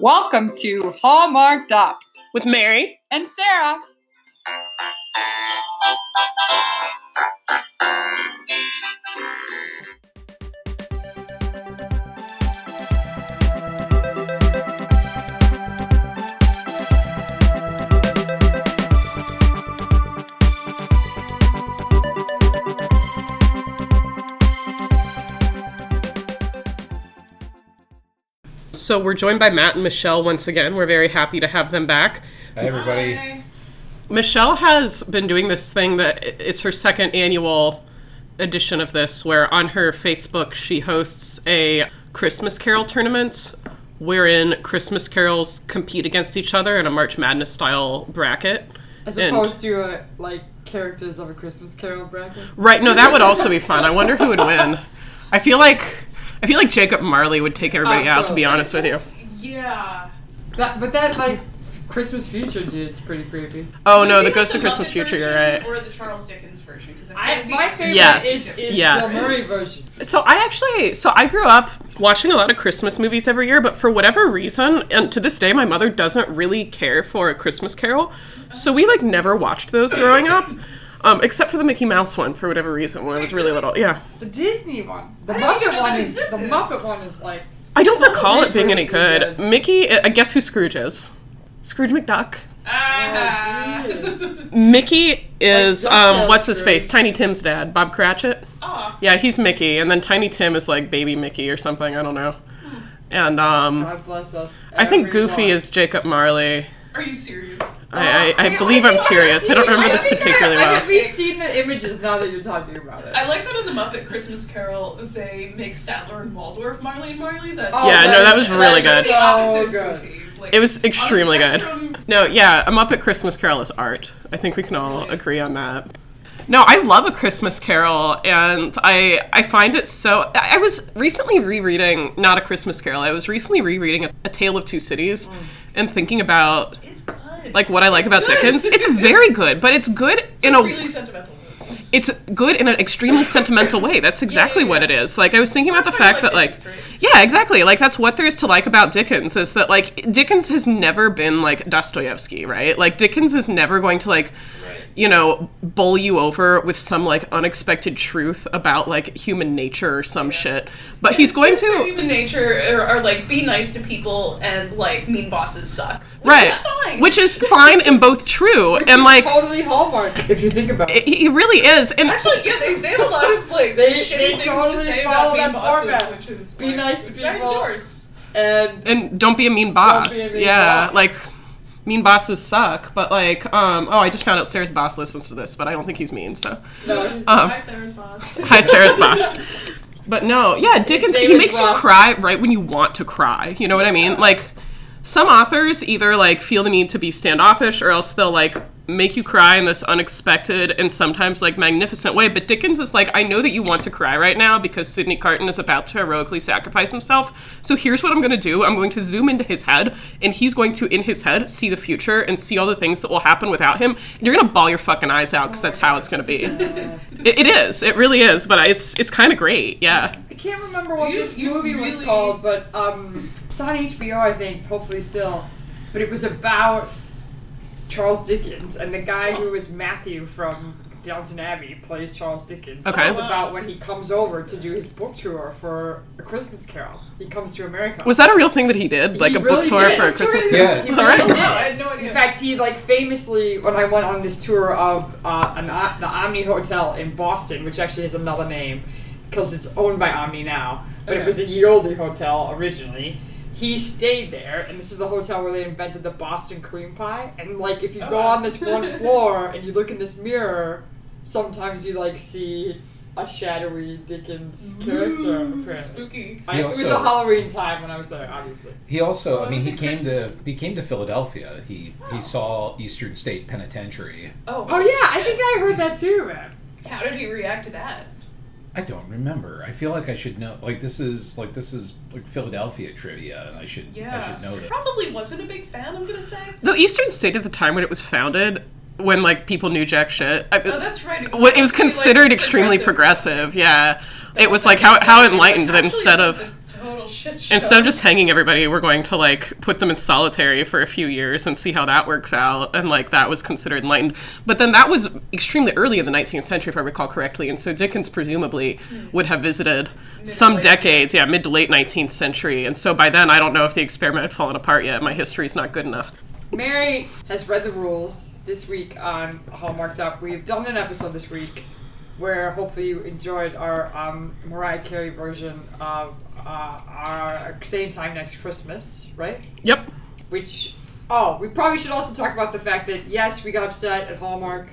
Welcome to Hallmarked Up with Mary. and Sarah. So we're joined by Matt and Michelle once again. We're very happy to have them back. Hi, everybody. Michelle has been doing this thing that it's her second annual edition of this, where on her Facebook she hosts a Christmas Carol tournament wherein Christmas carols compete against each other in a March Madness style bracket. As And- opposed to uh, like characters of a Christmas Carol bracket. Right, no, that would also be fun. I wonder who would win. I feel like I feel like Jacob Marley would take everybody out, to be honest with you. Yeah. That, but that like Christmas future dude's pretty creepy. Oh no, the Maybe Ghost not of Christmas Muppet Future, you're version right. Or the Charles Dickens version, because I, my favorite Yes. is, is Yes. the Murray version. So I actually, so I grew up watching a lot of Christmas movies every year, but for whatever reason, and to this day, my mother doesn't really care for a Christmas Carol, so we like never watched those growing up, um, except for the Mickey Mouse one for whatever reason when I was really little. Yeah, The Disney one. The didn't even Muppet know one that is the existed. Muppet one is like I don't recall it being any Scrooge is good. Mickey, I guess who Scrooge is? Scrooge McDuck. oh, Ah. Mickey is Like, Duck um, Duck what's his face? Scrooge. Tiny Tim's dad, Bob Cratchit. Aw. Yeah, he's Mickey, and then Tiny Tim is like baby Mickey or something. I don't know. And um, God bless us. I think everyone. Goofy is Jacob Marley. Are you serious? I, I, I Yeah, believe Ah, I I'm think I serious. I don't see- remember I this think I- particularly I well. think We've seen the images now that you're talking about it. I like that in the Muppet Christmas Carol, they make Statler and Waldorf Marley and Marley. That's Oh, Yeah, no, that was that's really just good. The opposite So of good. Goofy. Like, It was on a extremely good. spectrum- No, yeah, a Muppet Christmas Carol is art. I think we can all It is. agree on that. No, I love a Christmas Carol, and I I find it so. I I was recently rereading not a Christmas Carol. I was recently rereading a, a Tale of Two Cities, Mm. and thinking about It's good. like what I like about good. Dickens. It's very good, but it's good in a really sentimental. movie. it's good in an extremely sentimental way. That's exactly yeah, what it is. Like I was thinking about That's the why you fact like that like Dickens, right? Yeah, exactly. Like that's what there is to like about Dickens is that like Dickens has never been like Dostoevsky, right? Like Dickens is never going to like you know, bowl you over with some like unexpected truth about like human nature or some shit. But he's going Truths of to human nature are, are like be nice to people and like mean bosses suck. Which right, Is fine. which is fine and both true, and It's like totally Hallmark if you think about it. he he really is. And Actually, yeah, they, they have a lot of like They- shitty they things to totally say follow about being that bosses, format. which is Be like, nice to which I people. endorse. And and don't be a mean boss. Don't be a mean yeah, boss. like mean bosses suck. But like, um, oh, I just found out Sarah's boss listens to this, but I don't think he's mean. So no, he's um, Hi, Sarah's boss. hi, Sarah's boss. But no, yeah, Dickens. name He is makes you Ross. cry right when you want to cry. You know what I mean? Like some authors either like feel the need to be standoffish, or else they'll like make you cry in this unexpected and sometimes like magnificent way. But Dickens is like, I know that you want to cry right now because Sidney Carton is about to heroically sacrifice himself. So here's what I'm going to do. I'm going to zoom into his head, and he's going to in his head see the future and see all the things that will happen without him. And you're going to ball your fucking eyes out because that's how it's going to be. It, it is. It really is. But I- it's it's kind of great. Yeah. I can't remember what You- this you movie was really- called, but um, it's on HBO, I think, hopefully still. But it was about Charles Dickens, and the guy who was Matthew from Downton Abbey plays Charles Dickens. Okay. Oh, It's about when he comes over to do his book tour for A Christmas Carol. He comes to America. Was that a real thing that he did? Like He a book really tour did. for a Christmas? Yeah. carol? Yes. He All right. really No, did. I had no idea. In fact, he like famously when I went on this tour of uh, an, O- the Omni Hotel in Boston, which actually has another name because it's owned by Omni now, but Okay. it was a Yeoli hotel originally. He stayed there, and this is the hotel where they invented the Boston cream pie. And like, if you Oh, go wow. on this one floor and you look in this mirror, sometimes you like see a shadowy Dickens character. Apparently, spooky. I, it was a also- Halloween time when I was there, obviously. He also, Oh, I mean, he the came Christmas- to he came to Philadelphia. He he saw Eastern State Penitentiary. Oh, Oh yeah, I shit. think I heard that too, man. How did he react to that? I don't remember. I feel like I should know. Like this is like this is like Philadelphia trivia, and I should I should know that. Probably wasn't a big fan. I'm gonna say. Though Eastern State at the time when it was founded when like people knew jack shit. I, Oh, that's right. It well, it was supposed to be, like, considered extremely progressive. Yeah, it was like how how enlightened that Actually, instead this of is a total shit show. instead of just hanging everybody, we're going to like put them in solitary for a few years and see how that works out. And like that was considered enlightened. But then that was extremely early in the 19th century, if I recall correctly. And so Dickens presumably Hmm. would have visited some decades, yeah, mid to late 19th century. And so by then, I don't know if the experiment had fallen apart yet. My history's not good enough. Mary has read the rules this week on Hallmarked Up. We've done an episode this week where hopefully you enjoyed our um, Mariah Carey version of uh, our same time next Christmas, right? Yep. Which, oh, we probably should also talk about the fact that yes, we got upset at Hallmark,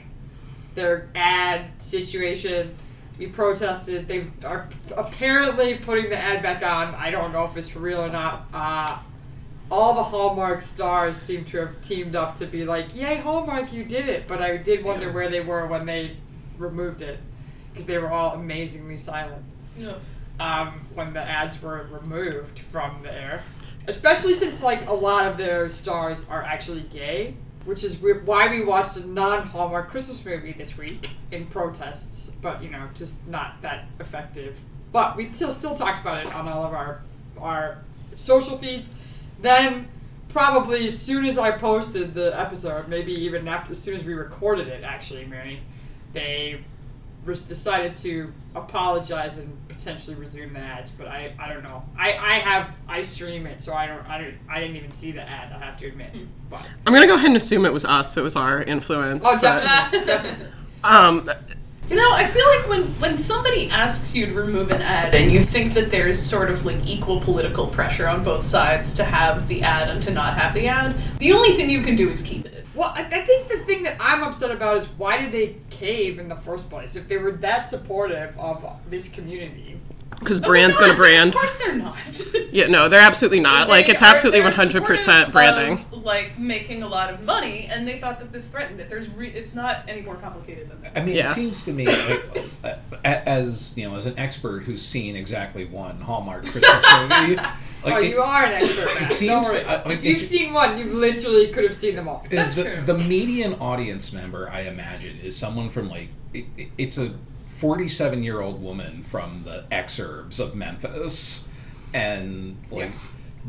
their ad situation. We protested. They are apparently putting the ad back on. I don't know if it's for real or not. Uh, all the Hallmark stars seem to have teamed up to be like, "Yay, Hallmark, you did it!" But I did wonder where they were when they removed it, because they were all amazingly silent No. um, when the ads were removed from the air. Especially since like a lot of their stars are actually gay, which is weird, why we watched a non-Hallmark Christmas movie this week in protests. But you know, just not that effective. But we still still talked about it on all of our our social feeds. Then probably as soon as I posted the episode, maybe even after as soon as we recorded it, actually, Mary, they res- decided to apologize and potentially resume the ads, but I, I don't know. I, I have I stream it, so I don't I don't I didn't even see the ad. I have to admit. But, I'm going to go ahead and assume it was us. It was our influence. oh, but, definitely, definitely. Um, You know, I feel like when, when somebody asks you to remove an ad and you think that there's sort of like equal political pressure on both sides to have the ad and to not have the ad, the only thing you can do is keep it. Well, I, I think the thing that I'm upset about is why did they cave in the first place? If they were that supportive of this community, because brand's They're going to brand. not. Oh Of course they're not. Yeah, no, they're absolutely not. Uh, like, They it's are- absolutely they're 100% supportive branding. Of, like making a lot of money, and they thought that this threatened it. There's re- it's not any more complicated than that. I mean, Yeah. it seems to me, like, uh, a- as you know, as an expert who's seen exactly one Hallmark Christmas movie, like oh, it- you are an expert. now. don't seems- worry. I- I- if you've it- seen one, you literally could have seen them all. it- That's the, true. the median audience member, I imagine, is someone from like it, it- it's a forty-seven-year-old woman from the exurbs of Memphis, and like.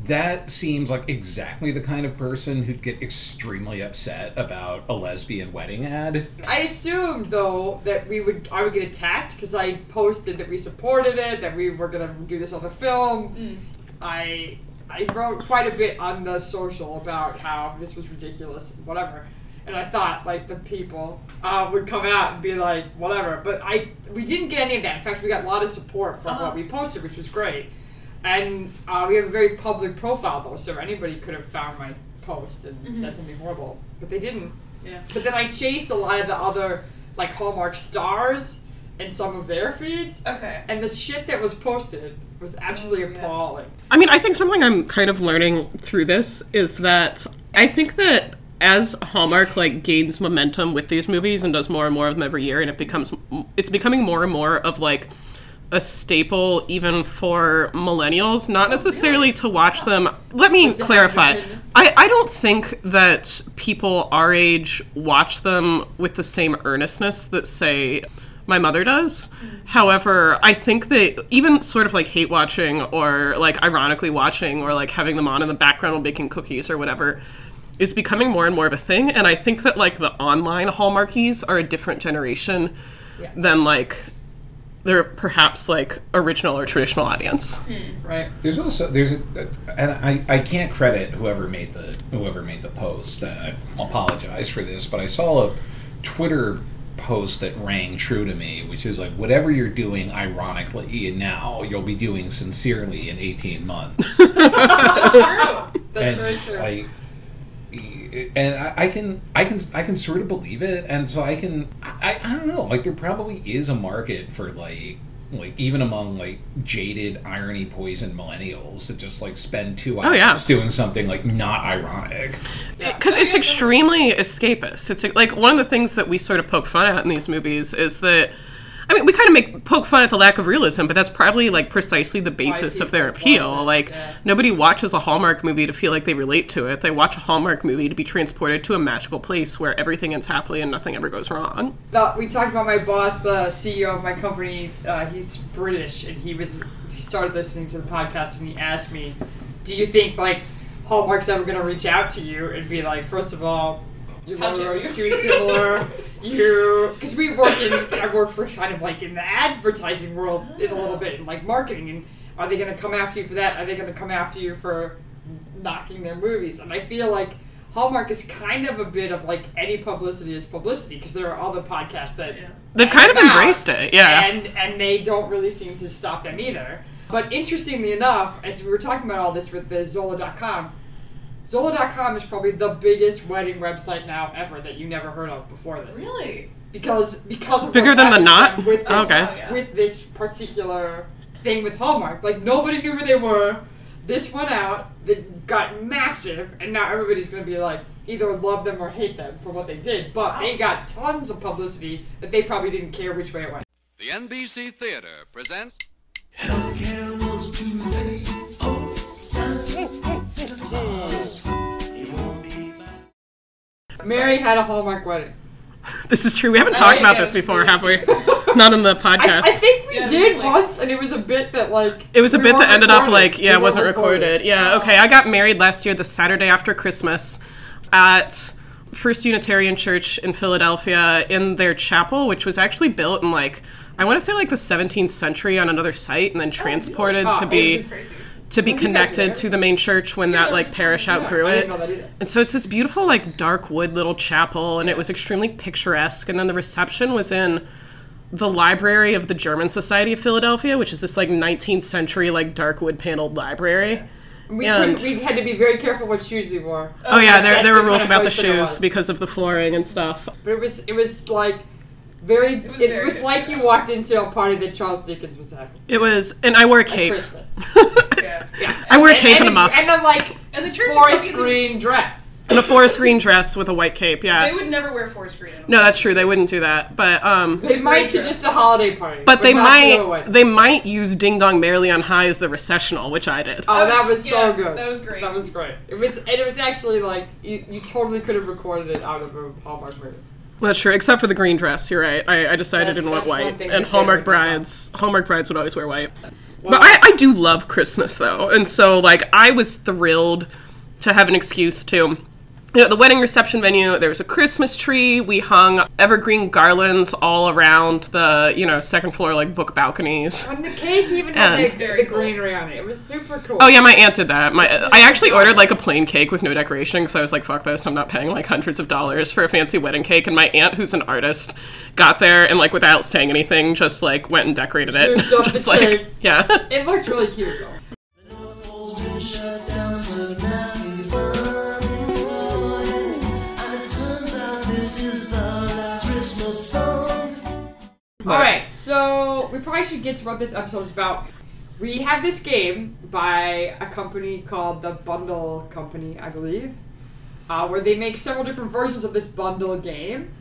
That seems like exactly the kind of person who'd get extremely upset about a lesbian wedding ad. I assumed though that we would I would get attacked because I posted that we supported it, that we were gonna do this other film. I I wrote quite a bit on the social about how this was ridiculous and whatever. And I thought like the people uh, would come out and be like whatever, but I we didn't get any of that. In fact, we got a lot of support from Uh-huh. what we posted, which was great. And uh, we have a very public profile though, so anybody could have found my post and said something horrible, but they didn't. Mm-hmm. Yeah. But then I chased a lot of the other like Hallmark stars and some of their feeds, Okay. and the shit that was posted was absolutely Oh, yeah. appalling. I mean, I think something I'm kind of learning through this is that I think that as Hallmark like gains momentum with these movies and does more and more of them every year, and it becomes it's becoming more and more of like a staple even for millennials, not necessarily to watch them. Let me clarify. I, I don't think that people our age watch them with the same earnestness that say my mother does. However, I think that even sort of like hate watching or like ironically watching or like having them on in the background while baking cookies or whatever is becoming more and more of a thing. And I think that like the online hallmarkies are a different generation than like their perhaps like original or traditional audience. Right? There's also there's a and I, I can't credit whoever made the whoever made the post. And I apologize for this, but I saw a Twitter post that rang true to me, which is like whatever you're doing ironically now, you'll be doing sincerely in 18 months. That's true. That's and very true. I, and I, I can I can I can sort of believe it, and so I can I, I don't know like there probably is a market for like like even among like jaded irony poisoned millennials to just like spend two Oh, hours yeah. doing something like not ironic. because it's extremely escapist. It's like one of the things that we sort of poke fun at in these movies is that I mean, we kind of make poke fun at the lack of realism, but that's probably like precisely the basis of their people watch appeal. it, like yeah. nobody watches a Hallmark movie to feel like they relate to it. They watch a Hallmark movie to be transported to a magical place where everything ends happily and nothing ever goes wrong. The, we talked about my boss, the CEO of my company. Uh, he's British, and he was he started listening to the podcast, and he asked me, "Do you think like Hallmark's ever going to reach out to you and be like, first of all, your How logo dare is too you." similar, you because we work in I work for kind of like in the advertising world in a little bit, and like marketing, and are they going to come after you for that? Are they going to come after you for knocking their movies. And I feel like Hallmark is kind of a bit of like any publicity is publicity because there are other podcasts that Yeah. They've kind of Wow. embraced it, yeah. and and they don't really seem to stop them either. But interestingly enough, as we were talking about all this with the Zola.com, Zola.com is probably the biggest wedding website now ever that you never heard of before this. Really? Because because of Bigger what than the happened knot? with this, Okay. Oh, yeah. with this particular thing with Hallmark. Like nobody knew who they were. This went out that got massive, and now everybody's gonna be like either love them or hate them for what they did. But they got tons of publicity that they probably didn't care which way it went. The NBC Theater presents Hell Campbell's today. Oh, son, little Claus, he won't be back. Mary had a Hallmark wedding. This is true. We haven't Oh, talked about yeah. this before, have we? Not on the I, podcast. I think we Yeah, did it's like- once, and it was a bit that like It was a we bit that weren't ended up recorded. like, yeah, We it wasn't weren't recorded. Oh. recorded. Yeah, okay. I got married last year, the Saturday after Christmas, at First Unitarian Church in Philadelphia in their chapel, which was actually built in like, I want to say like the 17th century on another site and then transported Oh, to it be was Crazy. to be Were you guys connected there? to the main church when that I like was parish outgrew I it. didn't know that either. And so it's this beautiful, like, dark wood little chapel, and it was extremely picturesque. And then the reception was in the library of the German Society of Philadelphia, which is this, like, 19th century, like, dark wood paneled library. We, And- couldn't, we had to be very careful what shoes we wore. Oh, yeah, there, that's there were the rules kind of about the place that it shoes was. because of the flooring and stuff. But it was it was like very it was was, very like you interesting. walked into a party that Charles Dickens was having It was, and I wore a at cape. Christmas. Yeah. I wore a and, cape and a it- muff, And a like And the church is like, forest in the- green dress. and a forest green dress with a white cape, They yeah. would never wear forest green. in a No, that's true. They wouldn't do that. But, um,. They might to dress. just a holiday party. But they not to a might wedding. they might use Ding Dong Merrily on High as the recessional, which I did. Oh, that was so Yeah, good. that was great. That was great. It was and it was actually like you, you totally could have recorded it out of a Hallmark movie. That's true, except for the green dress. You're right. I, I decided I That's- didn't want that's one white, thing and that they Hallmark would give up. brides, Hallmark brides would always wear white. But I, I do love Christmas though, and so like I was thrilled to have an excuse to, you know, the wedding reception venue. There was a Christmas tree. We hung evergreen garlands all around the you know second floor like book balconies. And the cake even Yeah. had It's the, very the cool. greenery on it. It was super cool. Oh yeah, my aunt did that. My I actually ordered like a plain cake with no decoration because I was like, fuck this, I'm not paying like hundreds of dollars for a fancy wedding cake. And my aunt, who's an artist, got there and like without saying anything, just like went and decorated it. Served up the just like cake. yeah, It looked really cute though. Claus didn't shut down, so now he's on. And it turns out this is the last Christmas song. All right, so we probably should get to what this episode is about. We have this game by a company called the Bundle Company, I believe, uh, where they make several different versions of this bundle game.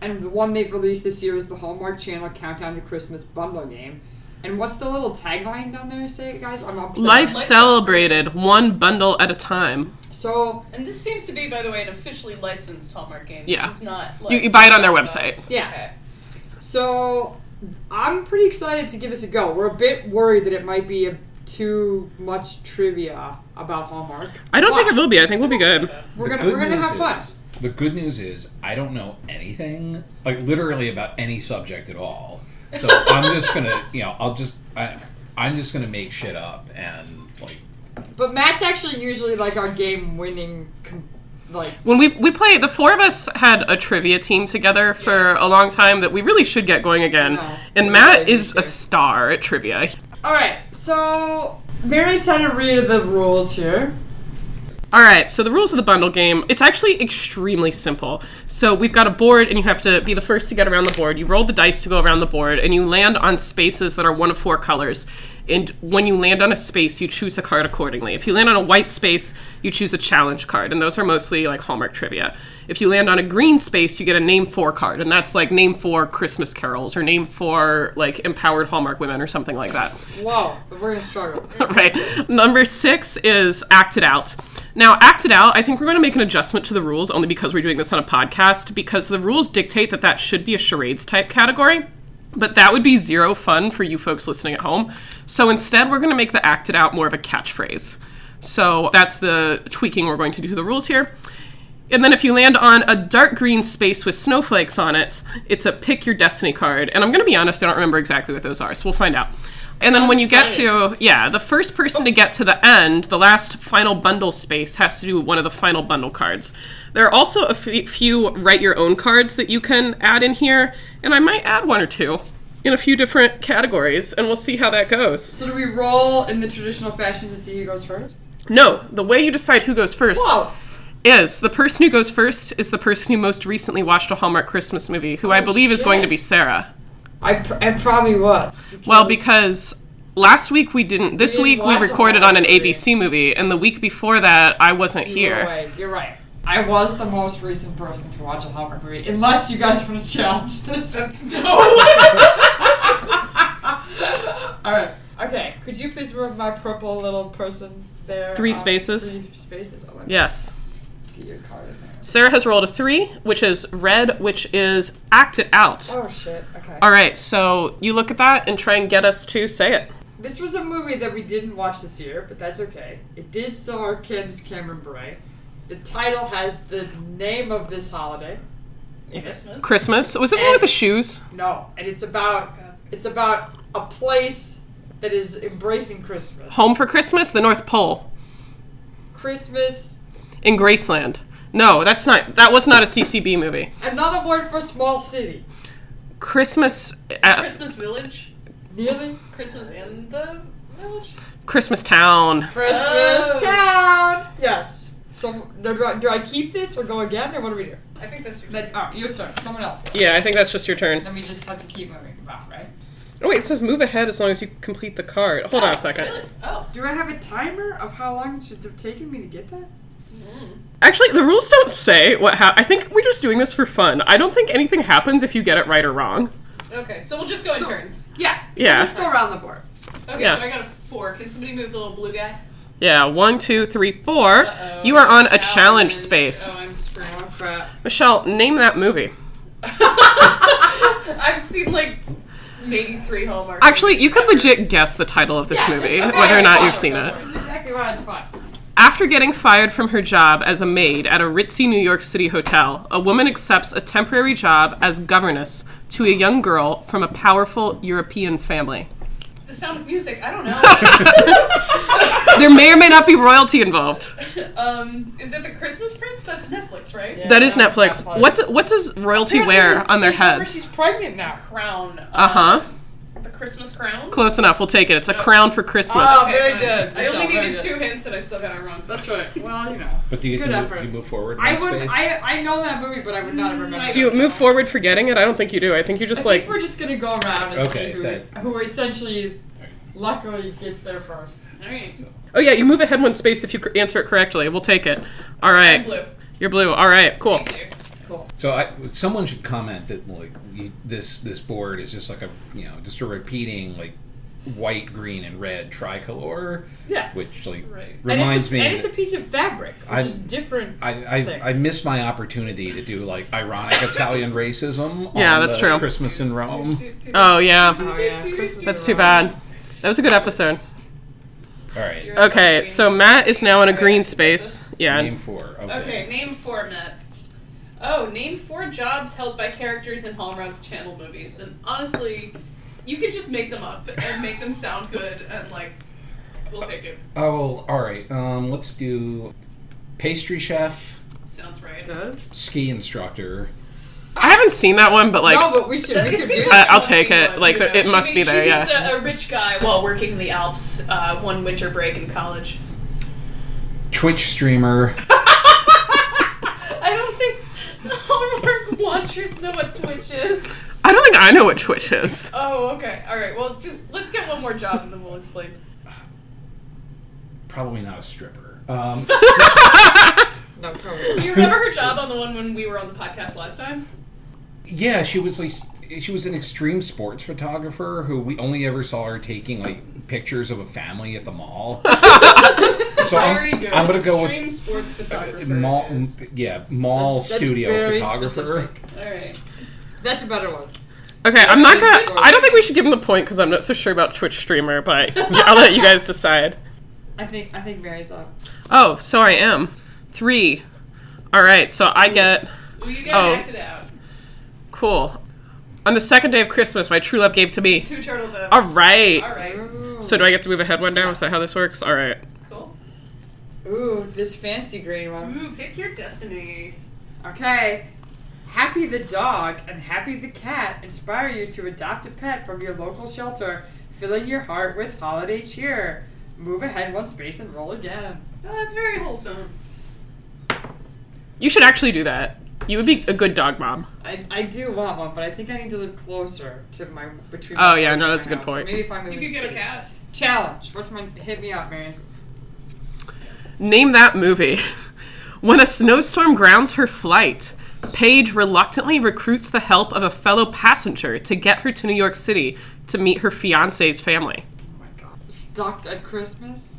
And the one they've released this year is the Hallmark Channel Countdown to Christmas Bundle Game. And what's the little tagline down there say, guys? I'm upset. life celebrated one bundle at a time. So And this seems to be, by the way, an officially licensed Hallmark game. Yeah. This is not. Like, You, you buy it on their something website. about- yeah. Okay. So I'm pretty excited to give this a go. We're a bit worried that it might be a, too much trivia about Hallmark. I don't think it will be. I think we'll be good. We're The gonna good we're gonna news have is- fun. The good news is I don't know anything, like literally about any subject at all. So I'm just gonna, you know, I'll just, I, I'm just gonna make shit up and like, But Matt's actually usually like our game winning. Com- like When we we play, the four of us had a trivia team together for a long time that we really should get going again. No. And We Matt really is do. a star at trivia. all right, so Mary's had a read of the rules here. All right, so the rules of the bundle game, it's actually extremely simple. So we've got a board, and you have to be the first to get around the board. You roll the dice to go around the board, and you land on spaces that are one of four colors. And when you land on a space, you choose a card accordingly. If you land on a white space, you choose a challenge card, and those are mostly like Hallmark trivia. If you land on a green space, you get a name four card, and that's like name four Christmas carols or name four like empowered Hallmark women or something like that. Whoa, but we're gonna struggle. right. Number six is acted out. Now, acted out, I think we're going to make an adjustment to the rules only because we're doing this on a podcast, because the rules dictate that that should be a charades type category. But that would be zero fun for you folks listening at home. So instead, we're going to make the acted out more of a catchphrase. So that's the tweaking we're going to do to the rules here. And then if you land on a dark green space with snowflakes on it, it's a pick your destiny card. And I'm going to be honest, I don't remember exactly what those are, so we'll find out. And then when you get to, yeah, the first person to get to the end, the last final bundle space has to do one of the final bundle cards. There are also a f- few write your own cards that you can add in here, and I might add one or two in a few different categories, and we'll see how that goes. So do we roll in the traditional fashion to see who goes first? No, the way you decide who goes first. Whoa. is the person who goes first is the person who most recently watched a Hallmark Christmas movie, who I believe is Oh, shit. going to be Sarah. I, pr- I probably was. Well, because last week we didn't. This didn't week we watch a recorded on Hallmark an movie. ABC movie, and the week before that I wasn't Either here. way, you're right. I was the most recent person to watch a Hallmark movie, unless you guys want to challenge this. no. All right. Okay. Could you please remove my purple little person there? Three Uh, spaces. Three spaces. Oh, let me Yes. get your card in there. Sarah has rolled a three, which is red, which is acted out. Oh shit. Okay. All right, so you look at that and try and get us to say it. This was a movie that we didn't watch this year, but that's okay. It did star Candace Cameron Bray. The title has the name of this holiday. in it. Christmas. Christmas. Was it the one with the shoes? No, and it's about it's about a place that is embracing Christmas. Home for Christmas? The North Pole Christmas. in Graceland. No, that's not. That was not a CCB movie. Another word for small city. Christmas uh, Christmas Village. Nearly Christmas in the Village. Christmas Town. Christmas Oh. town. Yes. So no, do, I, do I keep this or go again or what do we do? I think that's your. Then oh, your turn. Someone else. Go. Yeah, I think that's just your turn. Then we just have to keep moving about, right? Oh wait, it says move ahead as long as you complete the card. Hold on a second. Really? Oh. Do I have a timer of how long it should have taken me to get that? Actually, the rules don't say what hap I think we're just doing this for fun. I don't think anything happens if you get it right or wrong. Okay, so we'll just go in So- turns. Yeah. Yeah. Let's go around the board. Okay, Yeah. so I got a four. Can somebody move the little blue guy? Yeah, one, two, three, four. Uh-oh. You are on a challenge space. Oh, I'm screwed. Oh crap. Michelle, name that movie. I've seen like maybe three Hallmark. Actually, you movies could legit guess the title of this Yeah, movie, this is- whether or not you've okay, seen okay. it. This is exactly why it's fun. After getting fired from her job as a maid at a ritzy New York City hotel, a woman accepts a temporary job as governess to a young girl from a powerful European family. The Sound of Music. I don't know. There may or may not be royalty involved. um, is it the Christmas Prince? That's Netflix, right? That is that's Netflix. not What do, what does royalty Apparently wear it's on their just whatever heads? She's pregnant now. Crown. Um, Uh huh. The Christmas Crown. Close enough. We'll take it. It's a crown for Christmas. Oh, very fine. good, I only Michelle, very needed good. two hints and I still got it wrong. That's right. Well, you know. But do you It's get good to effort. move, you move forward? I one would. space? I I know that movie, but Mm, I would not have remembered. Do you move forward for getting it? I don't think you do. I think you I just think like. we're just gonna go around and Okay, see who, that- who essentially, luckily, gets there first. All right. Oh yeah, you move ahead one space if you cr- answer it correctly. We'll take it. All right. Blue. You're blue. All right. Cool. So I, someone should comment that like you, this this board is just like a you know just a repeating like white, green, and red tricolor, Yeah. which like Right. and reminds it's a, me. And it's a piece of fabric, which I- is different. I, thing. I, I missed my opportunity to do like ironic Italian racism. Yeah, on that's the true. Christmas in Rome. Oh yeah, oh yeah, Christmas that's is too around. bad. That was a good episode. All right, You're Okay, on so green. Matt is now in a Alright, green let's get space. Yeah. name four. Okay, name four, Matt. Oh, name four jobs held by characters in Hallmark Channel movies. And honestly, you could just make them up and make them sound good, and like, we'll take it. Oh, all right. Um, let's do pastry chef, Sounds right. Good. ski instructor. I haven't seen that one, but like, no, but we should. We It could seems do like I- I'll must take be it. one, Like, you know. it She must meets- be there, She yeah. meets a, a rich guy while working in the Alps uh, one winter break in college. Twitch streamer. I don't think Hallmark watchers know what Twitch is. I don't think I know what Twitch is. Oh, okay. All right. Well, just let's get one more job and then we'll explain. Probably not a stripper. Um, No, probably. Do you remember her job on the one when we were on the podcast last time? yeah, she was like she was an extreme sports photographer who we only ever saw her taking like pictures of a family at the mall. so Very I'm, good. Oh, I'm gonna go Extreme with sports photographer. it mall. is. Yeah, mall That's- that's studio very photographer. specific. All right. That's a better one. Okay, I'm not gonna. I don't think we should give him the point because I'm not so sure about Twitch streamer, but yeah, I'll let you guys decide. I think I think Mary's up. Oh, so I am. Three. All right, so I get. Well, you gotta Oh. act it out. Cool. On the second day of Christmas, my true love gave to me. Two turtle doves. All right. All right. So do I get to move ahead one now? Is that how this works? All right. Cool. Ooh, this fancy green one. Ooh, pick your destiny. Okay. Happy the dog and Happy the cat inspire you to adopt a pet from your local shelter, filling your heart with holiday cheer. Move ahead one space and roll again. Well, Oh, that's very wholesome. You should actually do that. You would be a good dog mom. I, I do want one, but I think I need to live closer to my between. Oh, my yeah, work no, and that's my a good house. So point. Maybe if I move You could to get a city. cat. Challenge. What's my hit me up, Mary? Name that movie. When a snowstorm grounds her flight, Paige reluctantly recruits the help of a fellow passenger to get her to New York City to meet her fiance's family. Stuck at Christmas.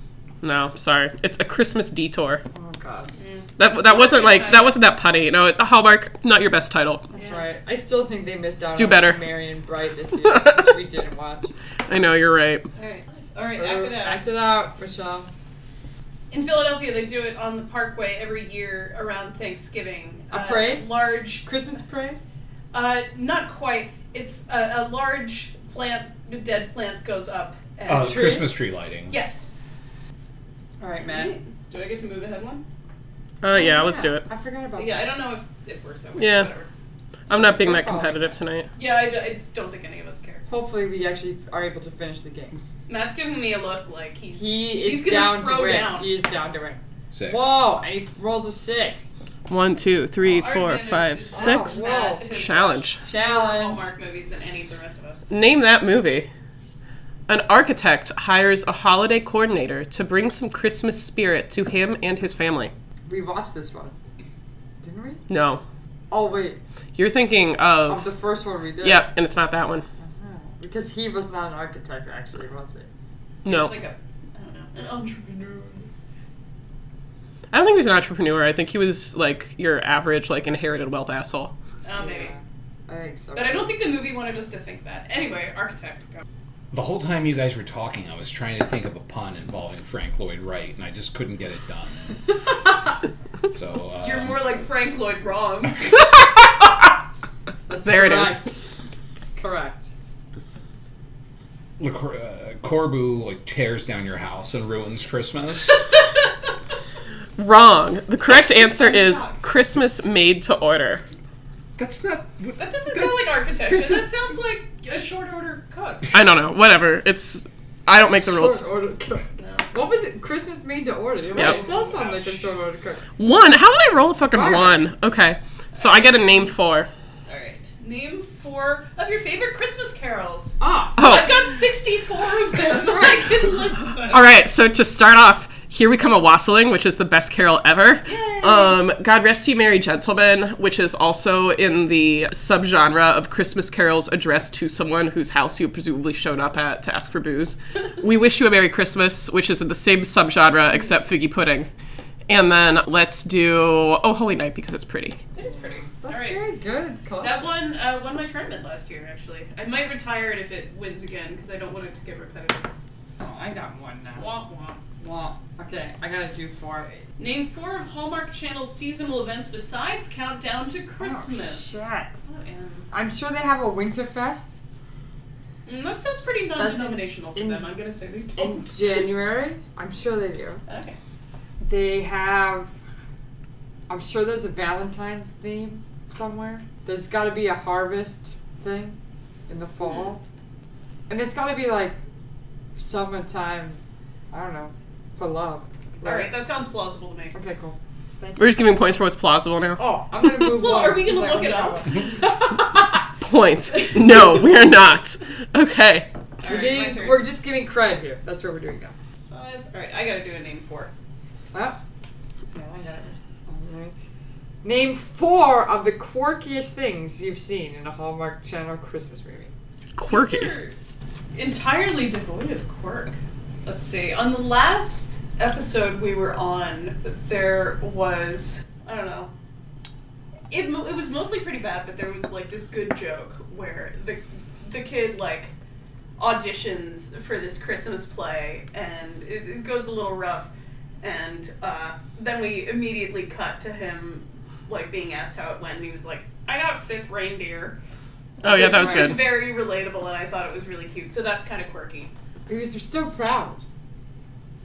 No, sorry. It's a Christmas detour. Oh God, That that wasn't like that wasn't that punny. No, it's a Hallmark, not your best title. that's right. I still think they missed out. Do on better. Mary and Bright this year, which we didn't watch. I know you're right. All right. All right. Act it out. Act it out, Michelle. In Philadelphia, they do it on the Parkway every year around Thanksgiving. Uh, A parade? Large Christmas parade. Uh, not quite. It's a, a large plant, the dead plant goes up. And Uh, Tree? Christmas tree lighting. yes. All right, Matt. Do I get to move ahead one? Oh yeah, let's do it. I forgot about Yeah, I don't know if it works that way. Yeah. Whatever. I'm not being We're that following. competitive tonight. Yeah, I, d- I don't think any of us care. that. Hopefully, we actually are able to finish the game. Matt's giving me a look like he's He he's is gonna down throw to win. down. He is down to win. Six. Whoa! And he rolls a six. One, two, three, Our four, advantage five, is six. wow. Matt has Challenge. watched more Challenge. Hallmark movies than any of the rest of us. Name that movie. An architect hires a holiday coordinator to bring some Christmas spirit to him and his family. We watched this one, didn't we? No, Oh wait, you're thinking of of. the first one we did. Yep, and it's not that one. Because he was not an architect, actually, was he? No, It's like a I don't know an entrepreneur. I don't think he was an entrepreneur. I think he was like your average, like inherited wealth asshole. Oh, maybe. I think so. But I don't think the movie wanted us to think that. Anyway, architect. Go. The whole time you guys were talking, I was trying to think of a pun involving Frank Lloyd Wright, and I just couldn't get it done. so uh, You're more like Frank Lloyd Wrong. That's There it correct. is. Correct. Le- uh, Corbu like tears down your house and ruins Christmas. Wrong. The correct answer is shocked. Christmas made to order. That's not. what- That doesn't sound like architecture. That sounds like a short order cook. I don't know. Whatever. It's. I don't make the rules. Short order cook. What was it? Christmas made to order. You're Yep. right. It does sound like a short order cook. One. How did I roll a fucking Smart. one? Okay. So I get a name four. All right. Name four of your favorite Christmas carols. Ah, I've Oh. got 64 of them. That's right. I can list them. All right. So to start off, here we come a wassailing, which is the best carol ever. Yay. Um, God rest you, merry gentlemen, which is also in the subgenre of Christmas carols addressed to someone whose house you presumably showed up at to ask for booze. we wish you a merry Christmas, which is in the same subgenre except figgy pudding. And then let's do Oh Holy Night because it's pretty. It is pretty. that's All right. very good. Collection. That one uh, won my tournament last year, actually. I might retire it if it wins again because I don't want it to get repetitive. Oh, I got one now. Womp womp. Wow. Okay, I gotta do four. Name four of Hallmark Channel's seasonal events besides Countdown to Christmas. Oh, shit. Oh, Anne. I'm sure they have a Winterfest Mm, that sounds pretty non-denominational for in- them. I'm gonna say they in don't. January. I'm sure they do. Okay. They have. I'm sure there's a Valentine's theme somewhere. There's got to be a harvest thing in the fall. Hmm. And it's got to be like summertime, I don't know, for love. All right, that sounds plausible to me. Okay, cool. Thank you. We're just giving points for what's plausible now. Oh, I'm gonna move Well, on, are we 'cause gonna I look it don't up? know. Point. No, we are not. Okay. All We're, right, my getting, turn. we're just giving cred here. That's what we're doing now. Five. All right, I gotta do a name for it. Ah. Yeah, I got it. All right. Name four of the quirkiest things you've seen in a Hallmark Channel Christmas movie. Quirky. These are Entirely devoid of quirk. Let's see. On the last episode we were on, there was I don't know. It, mo- it was mostly pretty bad, but there was like this good joke where the the kid like auditions for this Christmas play, and it, it goes a little rough. And uh, then we immediately cut to him like being asked how it went, and he was like, "I got fifth reindeer." Oh yeah, that was Which is, good. like, Very relatable, and I thought it was really cute. So that's kind of quirky. Because they're so proud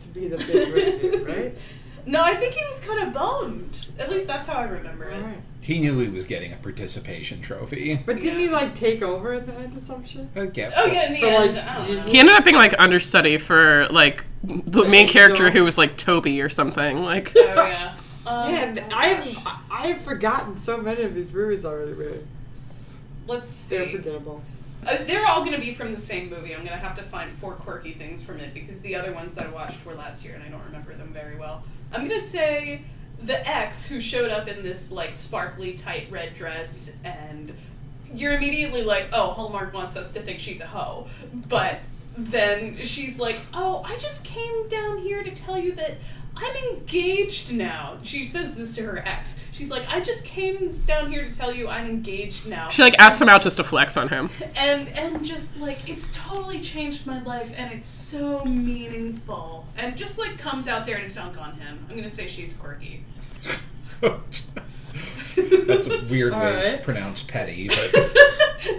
to be the big red right? No, I think he was kind of bummed. At least that's how I remember All it. right. He knew he was getting a participation trophy. But didn't he like take over at the end of some shit? Uh, yeah. Oh yeah, in the So, like, end, I don't Jesus- know. He ended up being like understudy for like the main character who was like Toby or something. Like Oh yeah. Um, Man, I have I have forgotten so many of these movies already. Really. Let's They're see. forgettable. Uh, they're all going to be from the same movie. I'm going to have to find four quirky things from it because the other ones that I watched were last year and I don't remember them very well. I'm going to say the ex who showed up in this like sparkly tight red dress and you're immediately like, "Oh, Hallmark wants us to think she's a hoe." But then she's like, "Oh, I just came down here to tell you that I'm engaged now." She says this to her ex. She's like, "I just came down here to tell you I'm engaged now." she like asked him out just to flex on him. and and just like it's totally changed my life and it's so meaningful and just like comes out there to dunk on him i'm gonna say she's quirky That's a weird way to right. pronounce petty, but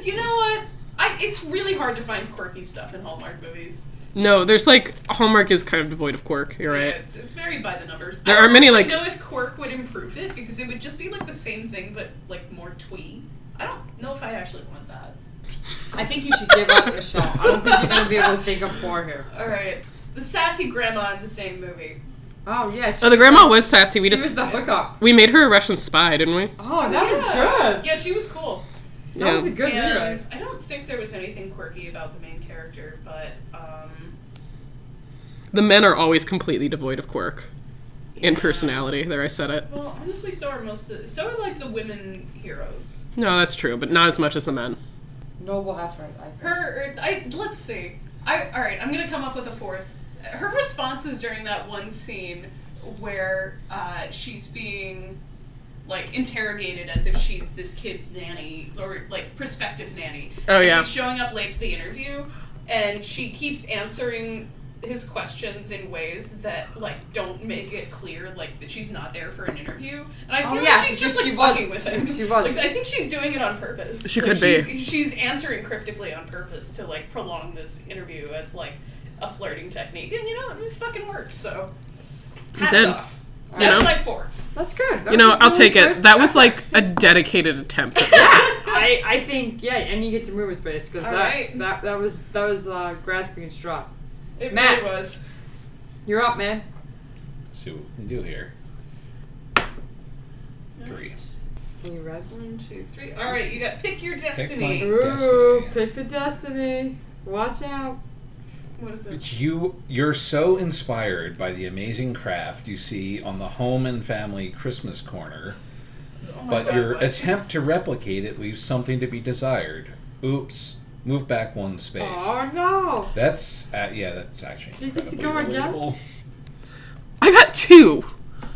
you know what I, it's really hard to find quirky stuff in hallmark movies No, there's like Hallmark is kind of devoid of quirk. You're right. it's, it's very by the numbers There I don't are many, actually like- know if quirk would improve it because it would just be like the same thing but like more twee i don't know if i actually want that I I think you should give up the show. I don't think you're gonna be able to think of four here. all right the sassy grandma in the same movie Oh yeah. She, Oh, the grandma was sassy. We she just was the hookup. we made her a Russian spy, didn't we? Oh, that Yeah. was good. yeah she was cool That was a good rewrite. And I don't think there was anything quirky about the main character, but um, The men are always completely devoid of quirk and personality. There, I said it. well, honestly, so are most of so are like the women heroes. No, that's true, but not as much as the men. Noble effort, I say. Her, or, I let's see. I all right. I'm gonna come up with a fourth. Her responses during that one scene where uh, she's being like interrogated as if she's this kid's nanny or like prospective nanny. Oh, yeah. She's showing up late to the interview, and she keeps answering his questions in ways that like don't make it clear like that she's not there for an interview. And I Oh, feel yeah, like she's because just like she fucking was- with him. she- she was. Like, I think she's doing it on purpose. She Like, could be. she's- She's answering cryptically on purpose to like prolong this interview as like a flirting technique, and you know it fucking worked. So hats did. off. You That's know? my fourth. That's good. That You know, was a I'll really take it. good That was effort. like a dedicated attempt. at that. I, I think yeah, and you get to move a space because All that, right. that that was that was uh, grasping at straw. It Matt. really was. You're up, man. see what we can do here. Three. Can you read? One, two, three. All right, you got pick your destiny. Pick my- Ooh, Destiny. pick the destiny. Watch out. what is it? You you're so inspired by the amazing craft you see on the home and family Christmas corner, Oh my but God, your what? attempt to replicate it leaves something to be desired. Oops, move back one space. Oh no. That's uh, yeah, that's actually. Do you get to incredibly go again? relatable. I got two.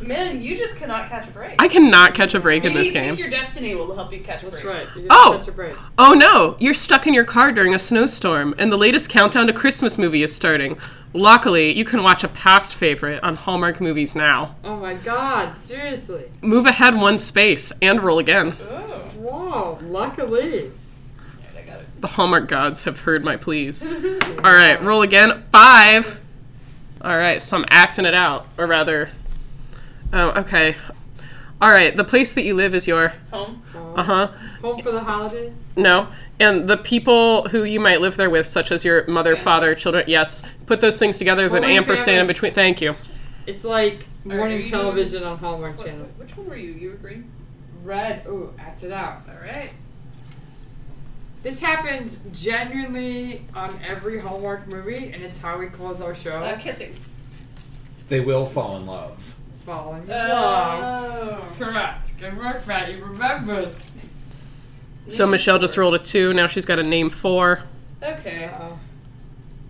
man, you just cannot catch a break. I cannot catch a break in Maybe this pick game. your destiny will help you catch a That's break. right. You get Oh. to catch a break. Oh no, you're stuck in your car during a snowstorm, and the latest countdown to Christmas movie is starting. Luckily, you can watch a past favorite on Hallmark Movies now. Oh my God! Seriously. Move ahead one space and roll again. Oh, all Whoa. Luckily. right, I got it. The Hallmark gods have heard my pleas. All right, roll again. Five. All right, so I'm acting it out, or rather, oh, okay. All right, the place that you live is your, Home. uh huh, Home for the holidays. no, and the people who you might live there with, such as your mother, father, children. Yes, put those things together with an Home and ampersand in family. between. Thank you. It's like Alright, morning are you- television on Hallmark What- Channel. Which one were you? You were green. Red. Ooh, act it out. All right. This happens genuinely on every Hallmark movie, and it's how we close our show. Uh, kissing. They will fall in love. Falling in uh, love. Oh. Correct. Good work, Matt. You remembered. So Michelle just rolled a two. Now she's got a name four. Oh. Okay. Uh-oh.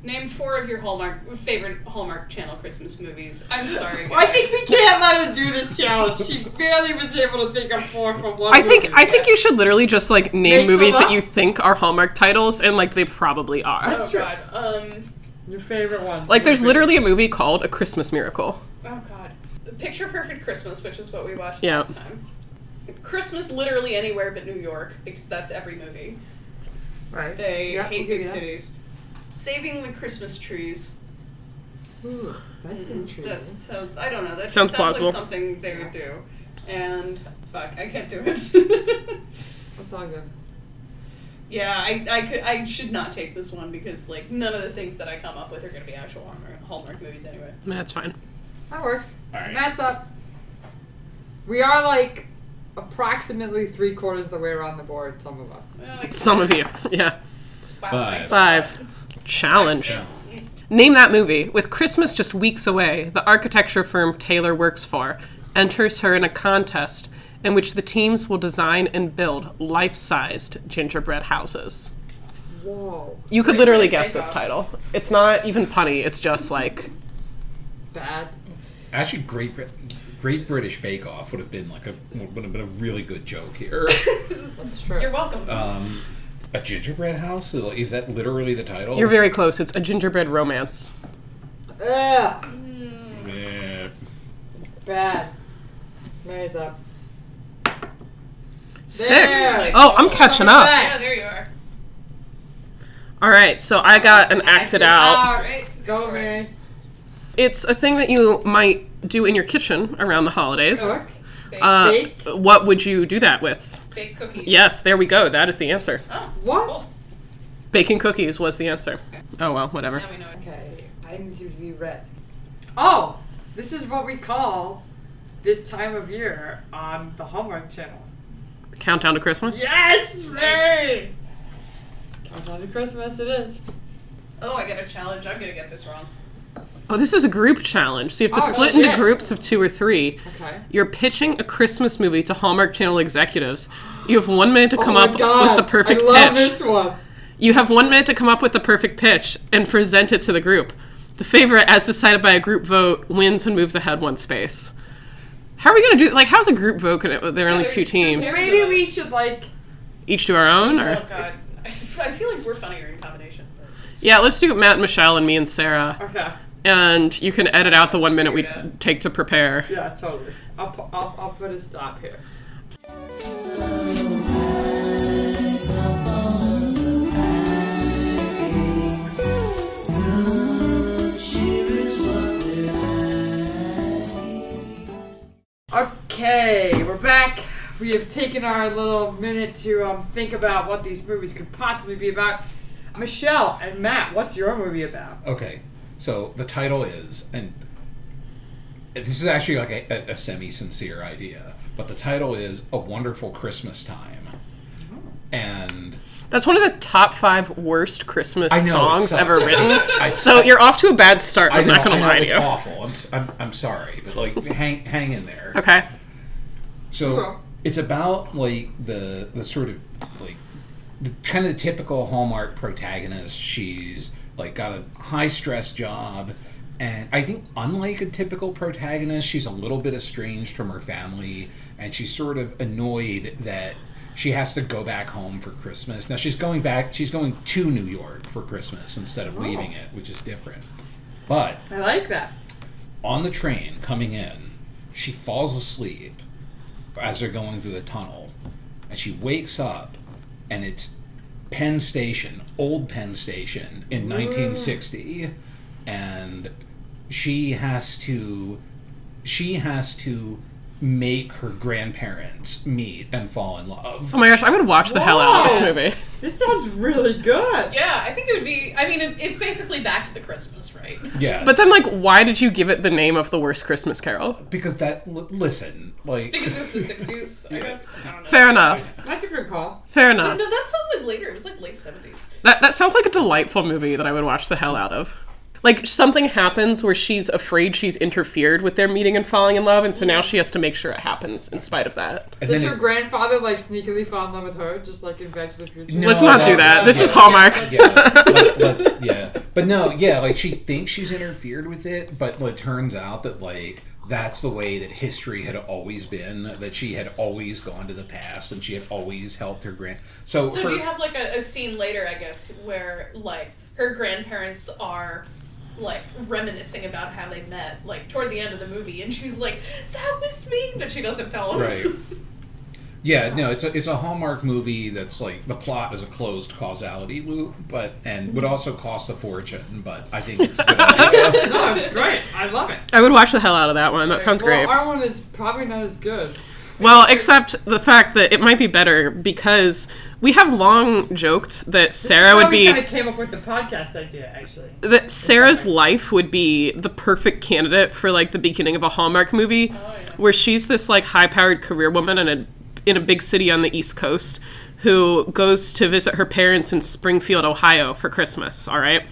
Name four of your Hallmark favorite Hallmark Channel Christmas movies. I'm sorry. I think guys. we can't let her do this challenge. She barely was able to think of four from one. I think movie. I think you should literally just like name Make some movies that up. you think are Hallmark titles and like they probably are. Oh God. Um. Your favorite one. Like there's literally a movie called A Christmas Miracle. Oh God. The Picture Perfect Christmas, which is what we watched Yeah. last time. Christmas literally anywhere but New York because that's every movie. Right. They Yeah, we'll hate give big you that. cities. Saving the Christmas trees. Ooh, that's intriguing. That sounds. I don't know. That just Sounds sounds plausible. like something they would do. And fuck, I can't do it. That's all good. yeah, I, I could. I should not take this one because like none of the things that I come up with are going to be actual Hallmark, Hallmark movies anyway. That's fine. That works. All right. Matt's up. We are like approximately three quarters of the way around the board, some of us. Well, like, Some of you. that's- Yeah. wow, Five. thanks. Five. Challenge. Name that movie. With Christmas just weeks away, the architecture firm Taylor works for enters her in a contest in which the teams will design and build life sized gingerbread houses. Whoa. You could Great literally guess British Bake this Off. title. It's not even punny, it's just like Bad. Actually, Great Brit- Great British Bake Off would have been like a would have been a really good joke here. That's true. You're welcome. um, a gingerbread house is, is that literally the title? You're very close. It's a gingerbread romance. Ugh. Eh, Bad. Mary's up. Six. There. Oh, I'm catching up. yeah, there you are. All right, so I got an acted out. All right. Go, for it. Mary. It's a thing that you might do in your kitchen around the holidays. York. Bake, Uh, Bake. what would you do that with? bake cookies. Yes, there we go. That is the answer. Oh, What? cool. Baking cookies was the answer. Oh well, whatever. Now we know. it. Okay, I need to be red. Oh, this is what we call this time of year on the Hallmark Channel. Countdown to Christmas. Yes, Mary. Countdown to Christmas, it is. Oh, I got a challenge. I'm gonna get this wrong. Oh, this is a group challenge. So you have to Oh, split into shit. groups of two or three. Okay. You're pitching a Christmas movie to Hallmark Channel executives. You have one minute to come oh my up God. with the perfect I love pitch. this one. You have one minute to come up with the perfect pitch and present it to the group. The favorite, as decided by a group vote, wins and moves ahead one space. How are we gonna do? Like, how's a group vote? Gonna, there are only there's two two teams. here. Maybe we should like. Each do our own, or Oh God, I feel like we're funnier in combination. yeah, let's do Matt, and Michelle, and me and Sarah, Okay. and you can edit out the one minute we Figure it out. take to prepare. Yeah, totally. I'll, pu- I'll, I'll put a stop here. Okay, we're back. We have taken our little minute to um, think about what these movies could possibly be about. Michelle and Matt, what's your movie about? Okay, so the title is, and this is actually like a, a, a semi-sincere idea, but the title is "A Wonderful Christmas Time," Oh. and That's one of the top five worst Christmas I know, it songs sucks. ever written. I- so you're off to a bad start. I I'm know, not I gonna know lie to it's you. awful. I'm, s- I'm I'm sorry, but like hang hang in there. Okay. Sure. So it's about like the the sort of like the kind of typical Hallmark protagonist. She's like got a high stress job, and I think unlike a typical protagonist, she's a little bit estranged from her family, and she's sort of annoyed that she has to go back home for Christmas. Now she's going back. She's going to New York for Christmas instead of leaving it, which is different. But I like that. on the train coming in, she falls asleep as they're going through the tunnel, and she wakes up, and it's Penn Station, old Penn Station in 1960, and she has to she has to make her grandparents meet and fall in love. Oh my gosh, I would watch the hell out of this Whoa. movie. This sounds really good. Yeah, I think it would be. I mean, it, it's basically back to the Christmas, right? Yeah, But then, like, why did you give it the name of the worst Christmas Carol? because that l- listen, like Because it's the sixties, I guess. I don't know. Fair enough. That's a good call. Fair No, enough. that song was later. It was like late seventies. That that sounds like a delightful movie that I would watch the hell out of. Like something happens where she's afraid she's interfered with their meeting and falling in love, and so now she has to make sure it happens in spite of that. and Does then her it- grandfather like sneakily fall in love with her, just like in Back to the Future? No. Let's not do that. This is Hallmark. yeah, but- but- yeah. But no, yeah, like she thinks she's interfered with it, but it turns out that like that's the way that history had always been. That she had always gone to the past, and she had always helped her grand. So, So her- do you have like a, a scene later, I guess, where like her grandparents are like reminiscing about how they met, like toward the end of the movie, and she's like, "That was me," but she doesn't tell him. right? Yeah, no, it's a it's a Hallmark movie that's like the plot is a closed causality loop, but and Hmm. would also cost a fortune. But I think it's a good idea. No, it's great. I love it. I would watch the hell out of that one. That sounds well, great. Our one is probably not as good. Well, except the fact that it might be better because we have long joked that Sarah would be I came up with the podcast idea, actually. that Sarah's life would be the perfect candidate for like the beginning of a Hallmark movie, where she's this like high-powered career woman in a in a big city on the East Coast who goes to visit her parents in Springfield, Ohio, for Christmas. All right,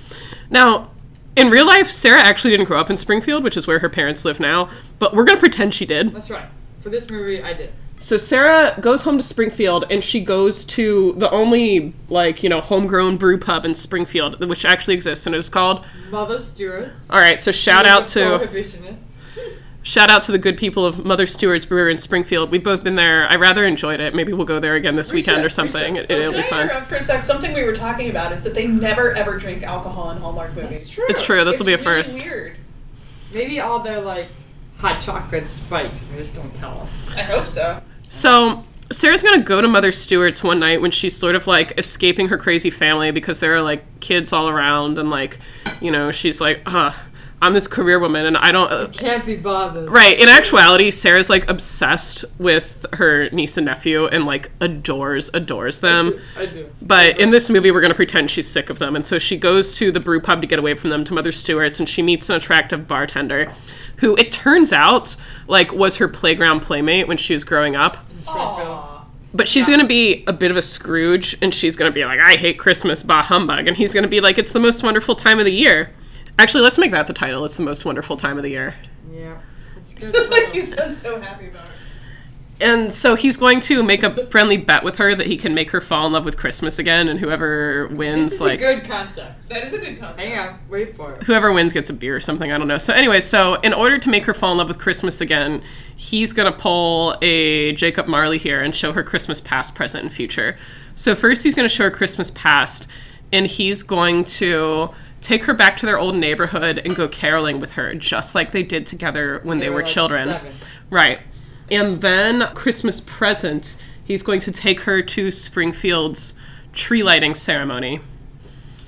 now. In real life, Sarah actually didn't grow up in Springfield, which is where her parents live now, but we're going to pretend she did. That's right. For this movie, I did. So Sarah goes home to Springfield and she goes to the only, like, you know, homegrown brew pub in Springfield, which actually exists and it is called Mother Stewart's. all right, so shout out She's a to prohibitionist. shout out to the good people of Mother Stewart's Brewer in Springfield. We've both been there. I rather enjoyed it. Maybe we'll go there again this weekend should, or we something. should. It, will Can be I fun. interrupt for a sec? Something we were talking about is that they never ever drink alcohol in Hallmark movies. That's true. It's true. This will be a It's really first. Weird. Maybe all their like hot chocolate spiked. and They just don't tell us. I hope so. So Sarah's gonna go to Mother Stewart's one night when she's sort of like escaping her crazy family because there are like kids all around and like, you know, she's like, uh, I'm this career woman and I don't. Uh, Can't be bothered. Right. In actuality, Sarah's like obsessed with her niece and nephew and like adores adores them. I do. But in this movie, we're going to pretend she's sick of them. And so she goes to the brew pub to get away from them to Mother Stewart's, and she meets an attractive bartender who it turns out like was her playground playmate when she was growing up Aw. but she's going to be a bit of a scrooge and she's going to be like i hate christmas bah humbug and he's going to be like it's the most wonderful time of the year actually let's make that the title it's the most wonderful time of the year Yeah. That's good. Like you sound so happy about it. and so he's going to make a friendly bet with her that he can make her fall in love with christmas again and whoever wins this is like a good concept. That is a good concept. Hang on. Wait for it. whoever wins gets a beer or something. I don't know. So anyway, so in order to make her fall in love with Christmas again, he's gonna pull a Jacob Marley here and show her Christmas past, present, and future. So first, he's gonna show her Christmas past, and he's going to take her back to their old neighborhood and go caroling with her, just like they did together when they, were, like children. seven. Right. And then Christmas present, he's going to take her to Springfield's tree lighting ceremony.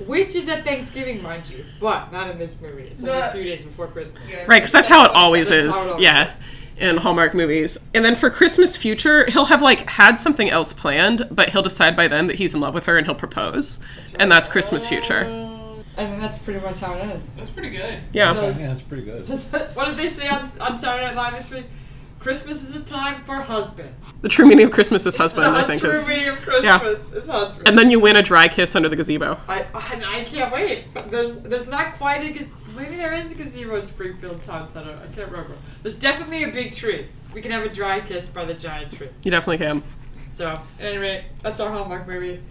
Which is at Thanksgiving, mind you, but not in this movie. It's only a But- few days before Christmas. Right, because that's how it always That's is. how it always yeah. is. In Hallmark movies. And then for Christmas Future, he'll have like had something else planned, but he'll decide by then that he's in love with her and he'll propose. And that's Christmas Future. And then that's pretty much how it ends. That's pretty good. Yeah. yeah, that's pretty good. what did they say on, on Saturday Night Live this week? Christmas is a time for husband. The true meaning of Christmas is husband, I That's think. true Is. meaning of Christmas. It's husband. And then you win a dry kiss under the gazebo. I, and I can't wait. There's there's not quite a gaz- maybe there is a gazebo in Springfield Town Center. I can't remember. There's definitely a big tree. We can have a dry kiss by the giant tree. You definitely can. So anyway, that's our homework movie.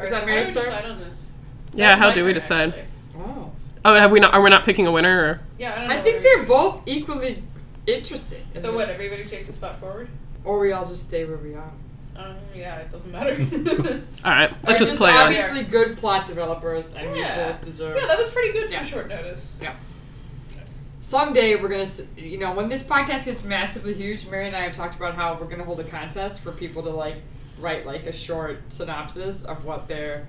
Is that How do we Mary's turn? decide on this? Yeah, That's how my do we turn, decide? actually. Oh, Oh, have we not are we not picking a winner or Yeah, I don't know. I think whether- they're both equally interesting. So what? Everybody takes a spot forward. Or we all just stay where we are. Um, yeah, it doesn't matter. Alright, let's Or just play on. obviously good plot developers, and we Yeah. both deserve. yeah, that was pretty good Yeah. for short notice. Someday we're gonna, s- you know, when this podcast gets massively huge, Mary and I have talked about how we're gonna hold a contest for people to like write like a short synopsis of what their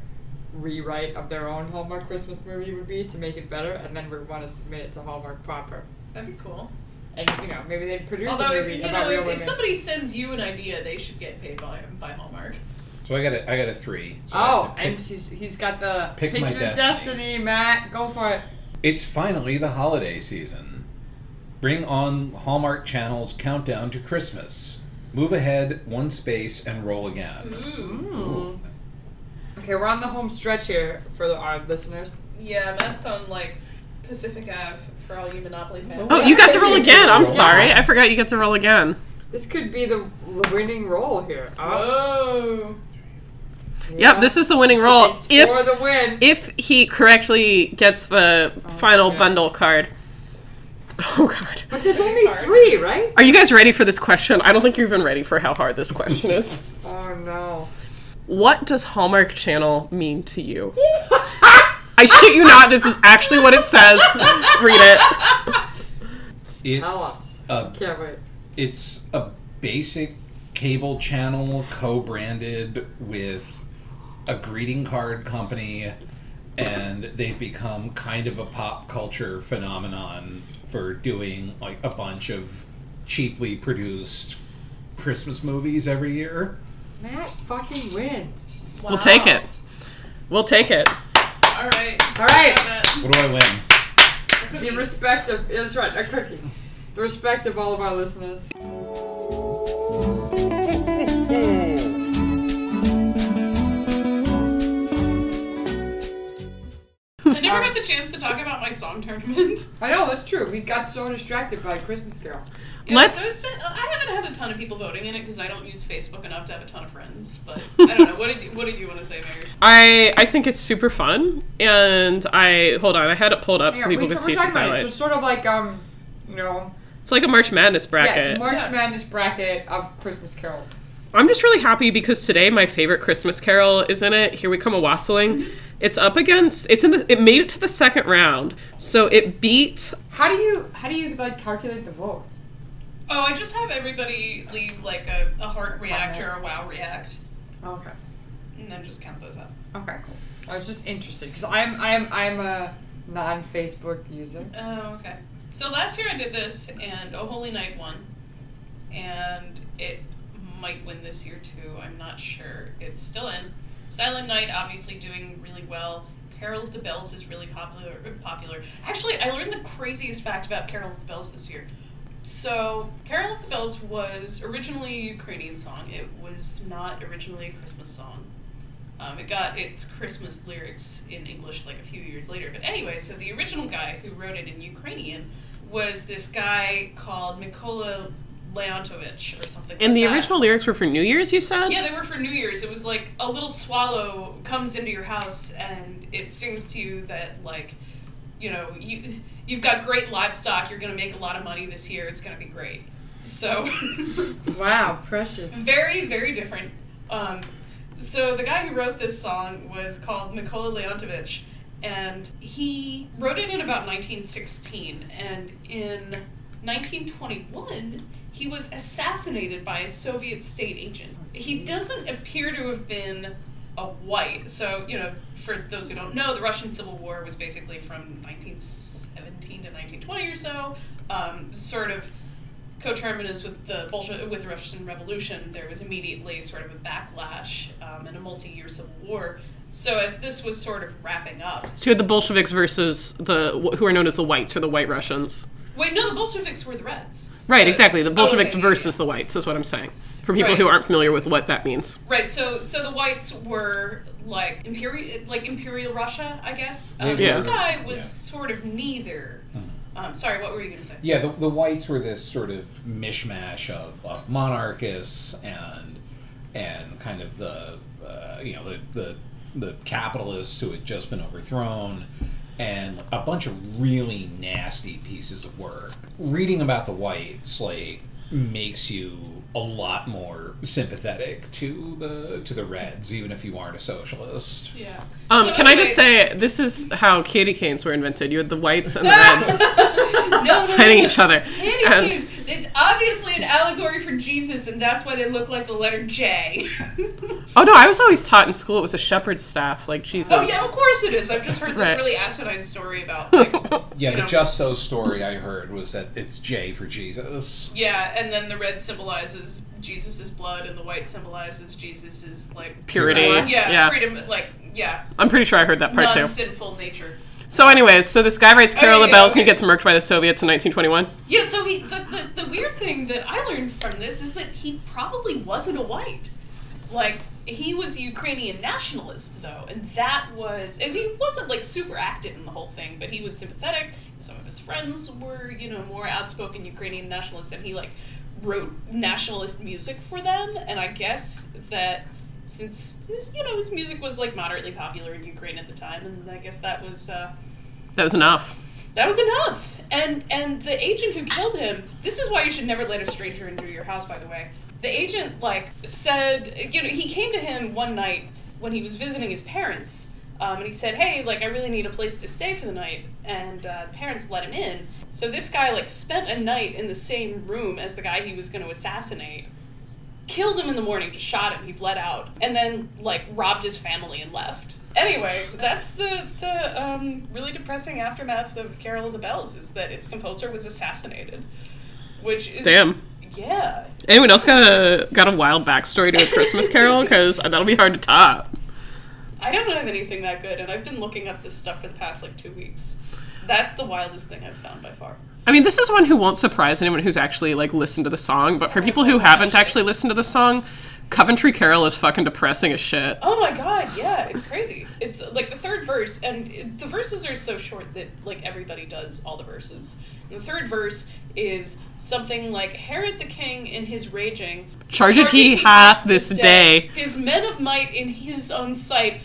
rewrite of their own Hallmark Christmas movie would be to make it better, and then we want to submit it to Hallmark proper. That'd be cool. and you know maybe they'd produce Although, a if, movie you about know, real if, women. if somebody sends you an idea, they should get paid by by Hallmark. So I got a, I got a three. So I have oh, to pick- and she's he's got the Pick my your destiny. destiny, Matt. Go for it. It's finally the holiday season. Bring on Hallmark Channel's countdown to Christmas. Move ahead one space and roll Mm-hmm. again. Ooh. Okay, we're on the home stretch here for the, our listeners. Yeah, that's on like Pacific Ave for all you Monopoly fans. Oh, you got to roll again. I'm Yeah. sorry. I forgot you get to roll again. This could be the the winning roll here. Oh, Whoa. Yep, this is the winning roll. It's for If the win. if he correctly gets the final Oh, shit. bundle card. Oh god. but there's It's only hard. three, right? Are you guys ready for this question? I don't think you're even ready for how hard this question is. Oh no. What does Hallmark Channel mean to you? I shit you not, this is actually what it says. Read it. Tell It's us. a, Can't wait. it's a basic cable channel co-branded with a greeting card company and they've become kind of a pop culture phenomenon for doing like a bunch of cheaply produced Christmas movies every year. Matt fucking wins. We'll take it. We'll take it. All right. All right. What do I win? The respect of that's right, a cookie. The respect of all of our listeners. I never got the chance to talk about my song tournament. I know that's true. We got so distracted by Christmas Carol. Yeah, Let's- So it's been, I haven't had a ton of people voting in it because I don't use Facebook enough to have a ton of friends. But I don't know. What did you, What did you want to say, Mary? I I think it's super fun, and I hold on. I had it pulled up so we, people we're could see talking some about it. So highlights. sort of like um, you know, It's like a March Madness bracket. yes, March Yeah. Madness bracket of Christmas carols. I'm just really happy because today my favorite Christmas carol is in it. Here we come a wassailing. It's up against. It's in the. It made it to the second round, so it beat. How do you how do you like calculate the votes? Oh, I just have everybody leave like a, a heart react or a wow react, Okay. and then just count those up. Okay. Cool. I was just interested because I'm I'm I'm a non Facebook user. Oh, okay. So last year I did this, and Oh Holy Night won, and it might win this year too. I'm not sure. It's still in. Silent Night obviously doing really well. Carol of the Bells is really popular. Popular. Actually, I learned the craziest fact about Carol of the Bells this year. So, Carol of the Bells was originally a Ukrainian song. It was not originally a Christmas song. Um, it got its Christmas lyrics in English like a few years later. But anyway, so the original guy who wrote it in Ukrainian was this guy called Mikola Leontovich or something. And like the that. original lyrics were for New Year's. You said. Yeah, they were for New Year's. It was like a little swallow comes into your house and it sings to you that like, you know, you you've got great livestock. You're going to make a lot of money this year. It's going to be great. So Wow, precious. very very different. Um, so the guy who wrote this song was called Mikola Leontovich, and he wrote it in about 1916. And in 1921, he was assassinated by a Soviet state agent. He doesn't appear to have been a white. So you know, for those who don't know, the Russian Civil War was basically from 1917 to 1920 or so. Um, sort of coterminous with the Bolshe- with the Russian Revolution, there was immediately sort of a backlash um, and a multi-year civil war. So as this was sort of wrapping up, So you had the Bolsheviks versus the wh- who are known as the Whites or the White Russians. wait, no, the Bolsheviks were the Reds. Right. Exactly. The Oh, Bolsheviks okay, yeah, versus the Whites is what I'm saying. For people Right. who aren't familiar with what that means. Right. So so the whites were like imperial like imperial Russia, I guess. Um, They This were. guy was Yeah. Hmm. sort of neither. Um, sorry, what were you going to say? Yeah, the, the whites were this sort of mishmash of, of monarchists and and kind of the uh, you know the, the the capitalists who had just been overthrown and a bunch of really nasty pieces of work. Reading about the whites like makes you a lot more sympathetic to the to the reds, even if you aren't a socialist. Yeah. Um, So can I just anyway- say this is how candy canes were invented? You had the whites and the reds no, no, no, fighting no. each other. Candy And- canes. It's obviously an allegory for Jesus, and that's why they look like the letter J. Oh no, I was always taught in school it was a shepherd's staff. Like Jesus. oh yeah, of course it is. I've just heard this Right. really asinine story about like Yeah, You the know. Just So story I heard was that it's J for Jesus. yeah, and then the red symbolizes Jesus' blood, and the white symbolizes Jesus' like Purity. yeah, Yeah. freedom, like yeah, I'm pretty sure I heard that part too. non-sinful nature. So, anyways, so this guy writes Carol yeah, of the Bells and he okay. gets murked by the Soviets in 1921. Yeah, so he the, the, the weird thing that I learned from this is that he probably wasn't a white. Like he was a Ukrainian nationalist though, and that was and he wasn't like super active in the whole thing, but he was sympathetic. Some of his friends were, you know, more outspoken Ukrainian nationalists and he like wrote nationalist music for them and I guess that since his, you know his music was like moderately popular in Ukraine at the time and I guess that was uh That was enough. that was enough. And and the agent who killed him. This is why you should never let a stranger into your house. By the way, the agent like said, you know, he came to him one night when he was visiting his parents, um, and he said, "Hey, like I really need a place to stay for the night." And uh, the parents let him in. So this guy like spent a night in the same room as the guy he was going to assassinate. Killed him in the morning, just shot him. He bled out, and then like robbed his family and left. Anyway, that's the the um, really depressing aftermath of Carol of the Bells is that its composer was assassinated, which is Damn. Yeah, Anyone else got a got a wild backstory to a Christmas Carol? Because that'll be hard to top. I don't have anything that good, and I've been looking up this stuff for the past like two weeks. That's the wildest thing I've found by far. I mean, this is one who won't surprise anyone who's actually like listened to the song. But for people who haven't actually listened to the song, Coventry Carol is fucking depressing as shit. Oh my god, yeah, it's crazy. It's like the third verse, and it- the verses are so short that like everybody does all the verses. And the third verse is something like Herod the king in his raging Charge it he Charged hath this day. His men of might in his own sight,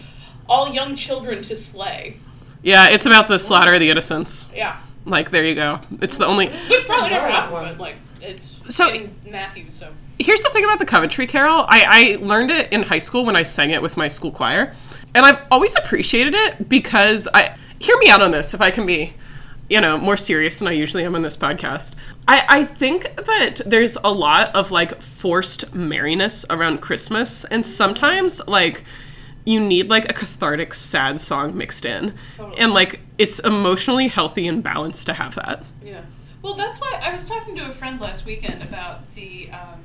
all young children to slay. Yeah, it's about the slaughter of the innocents. Yeah. Like, there you go. It's the only. Which probably never Wow. happened, but like it's So- getting Matthew, so Here's the thing about the Coventry Carol. I, I learned it in high school when I sang it with my school choir, and I've always appreciated it because I hear me out on this if I can be, you know, more serious than I usually am on this podcast. I, I think that there's a lot of like forced merriness around Christmas, and sometimes like you need like a cathartic sad song mixed in, and like it's emotionally healthy and balanced to have that. Yeah. Well, that's why I was talking to a friend last weekend about the um,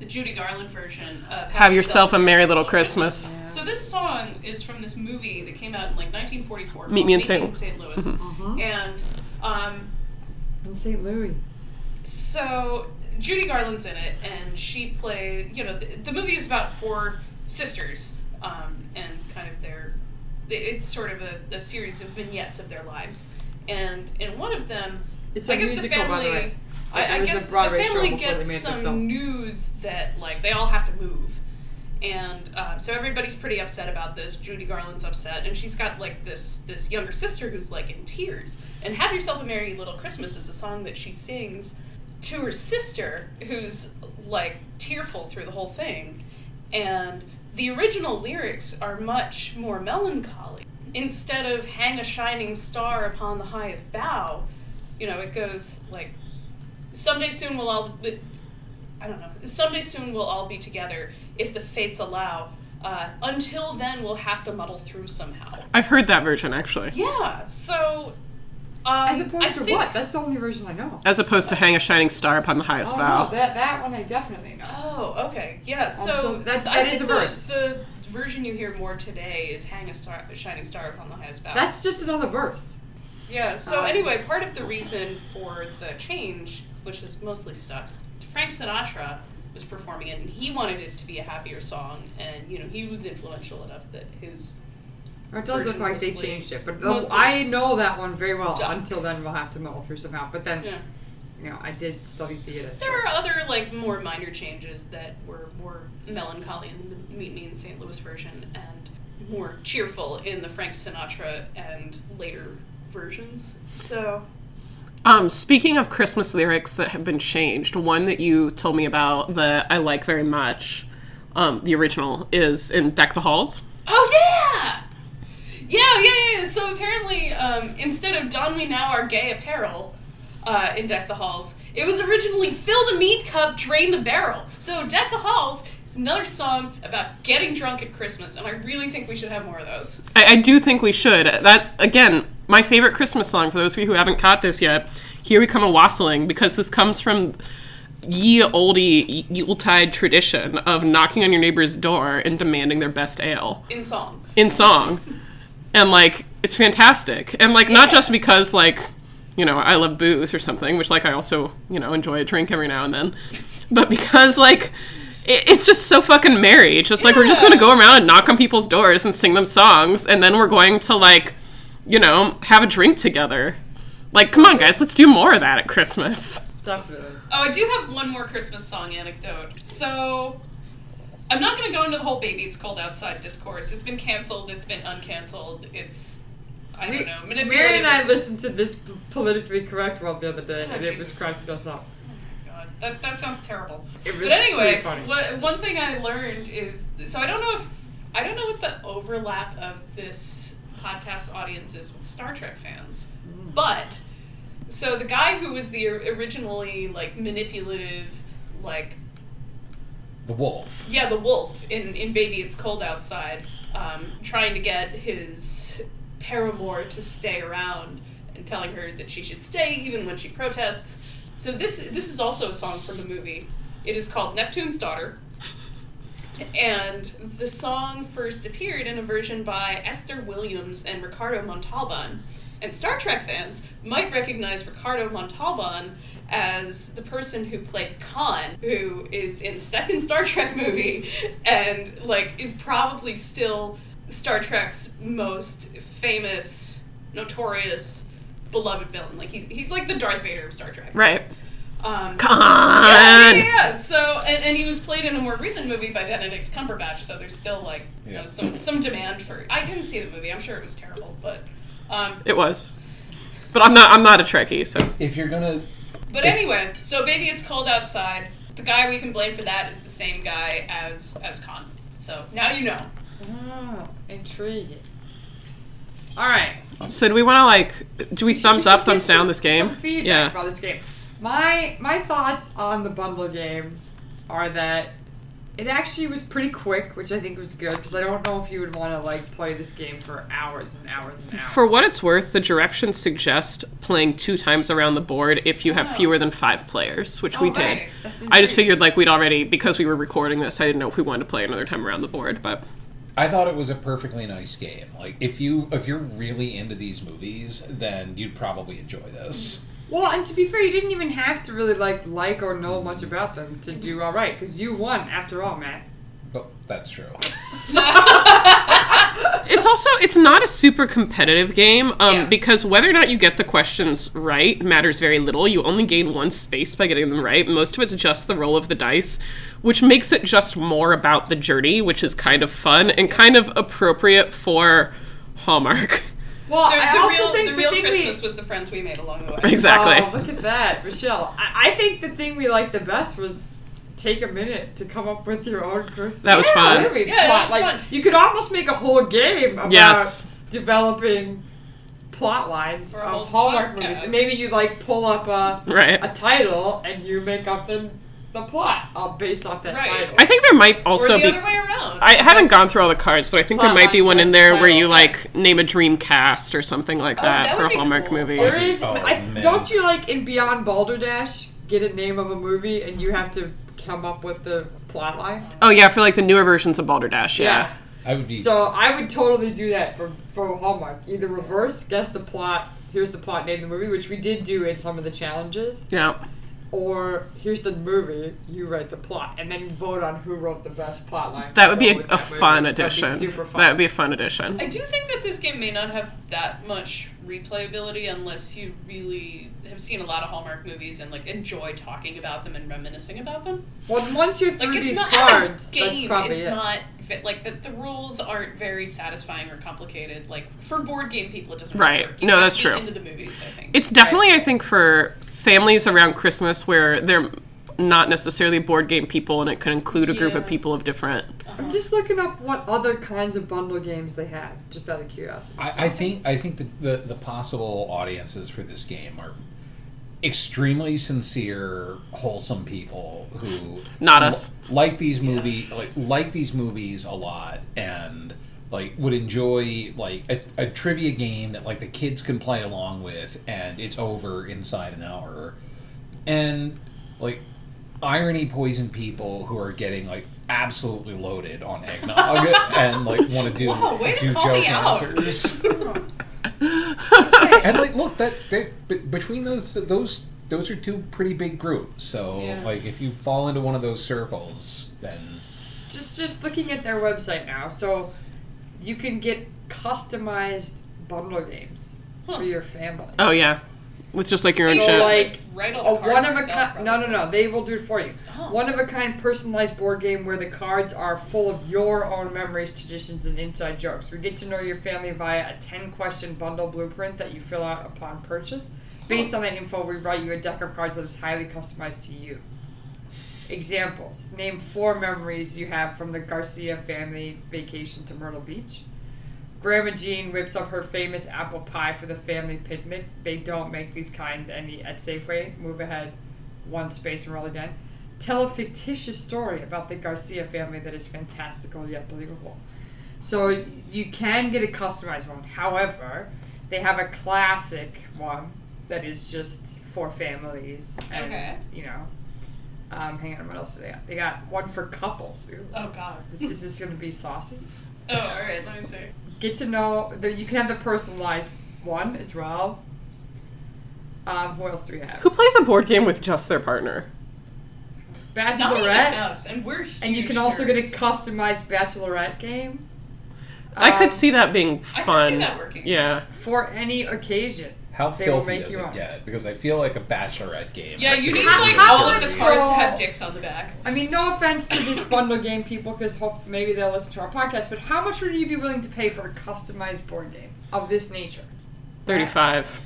the Judy Garland version of Have yourself a merry little Christmas. So this song is from this movie that came out in like 1944. Meet Me in Mm-hmm. called St. Louis. And um, Mm-hmm. In St. Louis. so Judy Garland's in it, and she play. You know, the, the movie is about four sisters, um, and kind of their. It's sort of a, a series of vignettes of their lives, and in one of them, It's I a guess musical, the family. by the way. Like, I, it I was a guess the Broadway show family before they gets made the some film. news that like they all have to move, and uh, so everybody's pretty upset about this. Judy Garland's upset, and she's got like this this younger sister who's like in tears. And "Have Yourself a Merry Little Christmas" is a song that she sings to her sister, who's like tearful through the whole thing. And the original lyrics are much more melancholy. Instead of "Hang a shining star upon the highest bough," you know it goes like someday soon we'll all be- i don't know someday soon we'll all be together if the fates allow uh, until then we'll have to muddle through somehow I've heard that version actually. yeah so um, As opposed I to think- what? That's the only version I know. as opposed to hang a shining star upon the highest Oh, bough. no, that, that one I definitely know. oh okay yeah so, Um, so that- I that is think a the- verse. the version you hear more today is hang a star a shining star upon the highest bough That's just another verse. Yeah, so Um, anyway, part of the reason for the change, which is mostly stuck, Frank Sinatra was performing it and he wanted it to be a happier song and you know, he was influential enough that his Or it does look Version like they mostly- changed it, but the, mostly I s- know that one very well. duck. Until then, we'll have to muddle through somehow. But then, yeah. you know, I did study theater. so- There are other like more minor changes that were more melancholy in the Meet Me in St. Louis version and more cheerful in the Frank Sinatra and later versions. So Um, speaking of Christmas lyrics that have been changed, one that you told me about that I like very much, um, the original is in Deck the Halls. Oh yeah! Yeah, yeah, yeah. yeah. So apparently, um, instead of don we now our gay apparel, uh, in Deck the Halls. It was originally Fill the Meat Cup, Drain the Barrel. So Deck the Halls is another song about getting drunk at Christmas, and I really think we should have more of those. I, I do think we should. That again, my favorite Christmas song. For those of you who haven't caught this yet, here we come a wassailing because this comes from ye oldie yuletide tradition of knocking on your neighbor's door and demanding their best ale In song. in song, and like it's fantastic. And like not just because like you know I love booze or something, which like I also you know enjoy a drink every now and then, but because like. it- It's just so fucking merry. It's Just like we're just going to go around and knock on people's doors and sing them songs, and then we're going to like, you know, have a drink together. Like, come on, guys, let's do more of that at Christmas. Definitely. Oh, I do have one more Christmas song anecdote. So, I'm not going to go into the whole "Baby It's Cold Outside" discourse. It's been canceled. It's been uncanceled. It's I don't know. We- Manipulative. Mary and I listened to this p- politically correct one the other day, Oh, and it was Jesus. cracking us up. God, that, that sounds terrible. It was But anyway, pretty funny. what, one thing I learned is so I don't know if I don't know what the overlap of this podcast audience is with Star Trek fans, Mm. but so the guy who was the originally like manipulative, like The wolf. yeah, the wolf in, in Baby It's Cold Outside, um, trying to get his paramour to stay around and telling her that she should stay even when she protests. So this this is also a song from the movie. It is called Neptune's Daughter. And the song first appeared in a version by Esther Williams and Ricardo Montalban. And Star Trek fans might recognize Ricardo Montalban as the person who played Khan, who is in the second Star Trek movie and like is probably still Star Trek's most famous, notorious, beloved villain. Like he's he's like the Darth Vader of Star Trek. Right. Um, Come yeah, on. yeah, yeah. So, and, and he was played in a more recent movie by Benedict Cumberbatch. So there's still like you Yeah. know, some some demand for. I didn't see the movie. I'm sure it was terrible, but um, It was. But I'm not I'm not a Trekkie, so If you're gonna but anyway. So baby, it's cold outside. The guy we can blame for that is the same guy as as Con. So now you know. Oh, intriguing. All right. So do we want to like do we thumbs should up, get thumbs some- down this game? Some feedback yeah. about this game. My my thoughts on the bundle game are that it actually was pretty quick, which I think was good because I don't know if you would want to like play this game for hours and hours and hours. For what it's worth, the directions suggest playing two times around the board if you have fewer than five players, which we Oh, did. right. That's I just intriguing. figured like we'd already because we were recording this, I didn't know if we wanted to play another time around the board, but I thought it was a perfectly nice game. Like if you if you're really into these movies, then you'd probably enjoy this. Well, and to be fair, you didn't even have to really like like or know much about them to do all right because you won after all, Matt. But that's true. it's also it's not a super competitive game um, Yeah. because whether or not you get the questions right matters very little you only gain one space by getting them right most of it's just the roll of the dice which makes it just more about the journey which is kind of fun and kind of appropriate for hallmark Well, The, I the also real think the real thing we- Christmas was the friends we made along the way. exactly Oh, look at that, Michelle. I, I think the thing we liked the best was take a minute to come up with your own Christmas. That was fun. theory Yeah, that plot. was like, fun. You could almost make a whole game about Yes. developing plot lines Or a of whole Hallmark podcast. movies. And maybe you like pull up a, a right title and you make up the, the plot uh, based off that Right. title. i think there might Or also the be other way around. I haven't gone through all the cards, but I think there Plot might be one line plus in the there where title. you like name a dream cast or something like that, Oh, that for would a be Hallmark cool. movie. there is. Oh, I, man. don't you like in Beyond Balderdash get a name of a movie and you have to come up with the plot line? Oh yeah, for like the newer versions of Balderdash. yeah. I would be So I would totally do that for for Hallmark. Either reverse, guess the plot. Here's the plot, name the movie, which we did do in some of the challenges, Yeah. or here's the movie, you write the plot, and then vote on who wrote the best plot line. That would be Go a, with a that movie. fun That'd be addition. super fun. That would be a fun addition. I do think that this game may not have that much replayability unless you really have seen a lot of Hallmark movies and like enjoy talking about them and reminiscing about them. well, once you're through Like it's these not cards, as a game. that's probably it's it. not ve- like the, the rules aren't very satisfying or complicated. Like for board game people, it doesn't Right. Really work. You No, have that's to true. Be into the movies, I think. It's definitely, I think, for families around Christmas where they're not necessarily board game people and it could include a group of Yeah. people of different. I'm just looking up what other kinds of bundle games they have, just out of curiosity. I, I think I think that the, the possible audiences for this game are extremely sincere, wholesome people who Not us. l- like these movie like like these movies a lot and like would enjoy like a, a trivia game that like the kids can play along with and it's over inside an hour and like irony poison people who are getting like absolutely loaded on eggnog and like want to do Wow, way to do call joke me out. answers. and like, look, that they, be- between those those those are two pretty big groups. So like, if you fall into one of those circles, then just just looking at their website now, so you can get customized bundle games Huh. for your family. Oh yeah, it's just like your own So, shit. like- Write A all the cards one of a yourself, kind. probably. No, no, no. They will do it for you. Oh. One of a kind personalized board game where the cards are full of your own memories, traditions, and inside jokes. We get to know your family via a ten question bundle blueprint that you fill out upon purchase. Based on that info, we write you a deck of cards that is highly customized to you. Examples: Name four memories you have from the Garcia family vacation to Myrtle Beach. Grandma Jean whips up her famous apple pie for the family picnic. They don't make these kind any at Safeway. Move ahead one space and roll again. Tell a fictitious story about the Garcia family that is fantastical yet believable. So you can get a customized one. However, they have a classic one that is just for families. And, Okay. You know, um, hang on. What else do they got? They got one for couples. Ooh, Oh god. is, is this going to be saucy? Oh, alright, let me see. get to know that you can have the personalized one as well. Um, who else do we have? Who plays a board game with just their partner? Not even Bachelorette, us, and we're huge and you can also get a nerds. customized bachelorette game I Um, could see that being I fun. could see that working. Yeah. for any occasion. how They will filthy make does you it up. get? Because I feel like a bachelorette game. Yeah, has you to need be like really all of the dirty. cards to have dicks on the back. I mean, no offense to this bundle game people, because hope maybe they'll listen to our podcast. But how much would you be willing to pay for a customized board game of this nature? 35.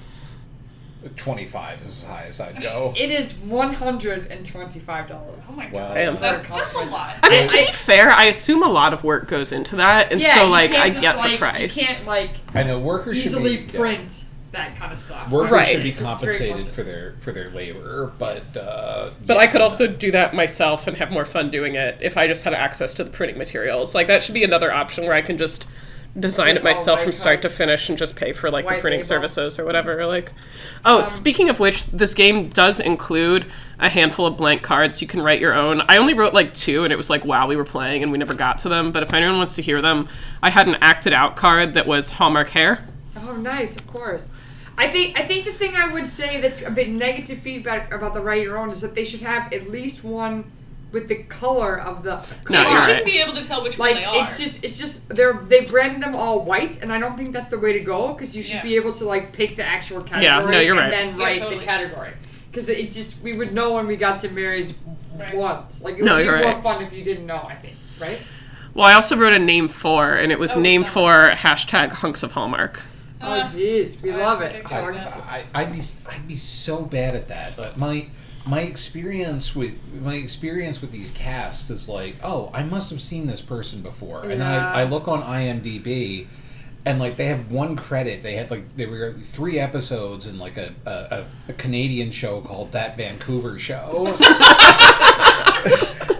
Twenty-five is as high as I'd go. It is one hundred and twenty-five dollars. Oh my god. Wow. Damn. That's, that's a lot. I mean, to I- be fair, I assume a lot of work goes into that, and yeah, so you like can't I just, get like, the price. You can't like I know workers should easily be- yeah. print that kind of stuff. Workers Right. should be It's very compensated costly. for their for their labor, but uh, But yeah, I could also do that myself and have more fun doing it if I just had access to the printing materials. Like that should be another option where I can just design it Okay, all myself white from start coat. to finish and just pay for like the White printing label. Um, services or whatever. Like, oh, speaking of which, this game does include a handful of blank cards. You can write your own. I only wrote like two, and it was like wow, we were playing and we never got to them. But if anyone wants to hear them, I had an acted out card that was Hallmark hair. Oh, nice, of course. I think I think the thing I would say that's a bit negative feedback about the write your own is that they should have at least one with the color of the No, you you're should right. be able to tell which Like one they are. it's just it's just they're they brand them all white, and I don't think that's the way to go because you should Yeah. be able to like pick the actual category Yeah, no, you're and right. then Yeah, write totally. the category because it just we would know when we got to Mary's Right. once. Like it No, would be you're more right. fun if you didn't know. I think right. Well, I also wrote a name for, and it was Oh, name for sorry. hashtag hunks of Hallmark. oh Uh, jeez, we I love think it. I I, like that. I, I'd be I'd be so bad at that. But my my experience with my experience with these casts is like, oh, I must have seen this person before, and then Yeah. I, I look on IMDb. And like they have one credit, they had like there were three episodes in like a, a, a, a Canadian show called That Vancouver Show.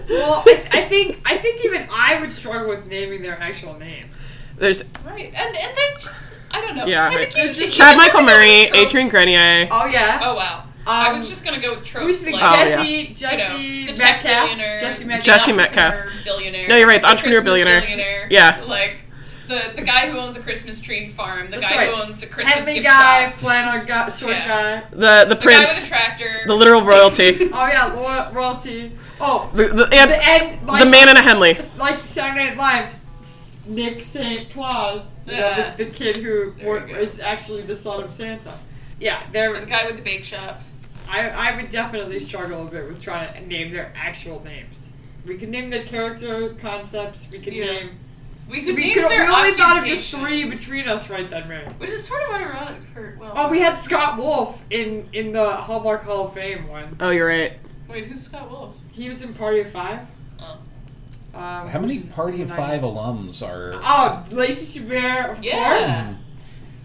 Well, I, I think I think even I would struggle with naming their actual names. There's right. And and they're just I don't know. Yeah, I think right. you just- Chad you Michael just- Murray, tropes. Adrian Grenier. Oh yeah. Oh wow. I was Um, just gonna go with Who's tropes. the Like, Oh, yeah. Jesse? Jesse You know, the tech billionaire. Metcalf. Jesse Metcalf. Jesse entrepreneur, Metcalf. Billionaire. No, you're right, the the entrepreneur Christmas billionaire. billionaire. Yeah. Like the the guy who owns a Christmas tree farm. The That's guy who right. owns a Christmas Heavy gift guy, shop. flannel guy, short Yeah. guy. The the The guy with a prince, tractor. the literal royalty, Oh yeah, lo- royalty. Oh, the, the, and the end. Like, the man in a Henley. Like Saturday Night Live. Nick St. Claus. You know, Yeah. the, the kid who There wor- you go. is actually the son of Santa. Yeah, the they're, guy with the bake shop. I, I would definitely struggle a bit with trying to name their actual names. We can name the character concepts. We can Yeah. name. We We, should we, name could, we their only thought of just three occupations. between us right then, Mary. Which is sort of ironic for well. Oh, we had Scott Wolf in in the Hallmark Hall of Fame one. Oh, you're right. Wait, who's Scott Wolf? He was in Party of Five. Oh. Um, How many which is Party of nice. Five alums are? Oh, Lacey Chabert, of Yeah. course.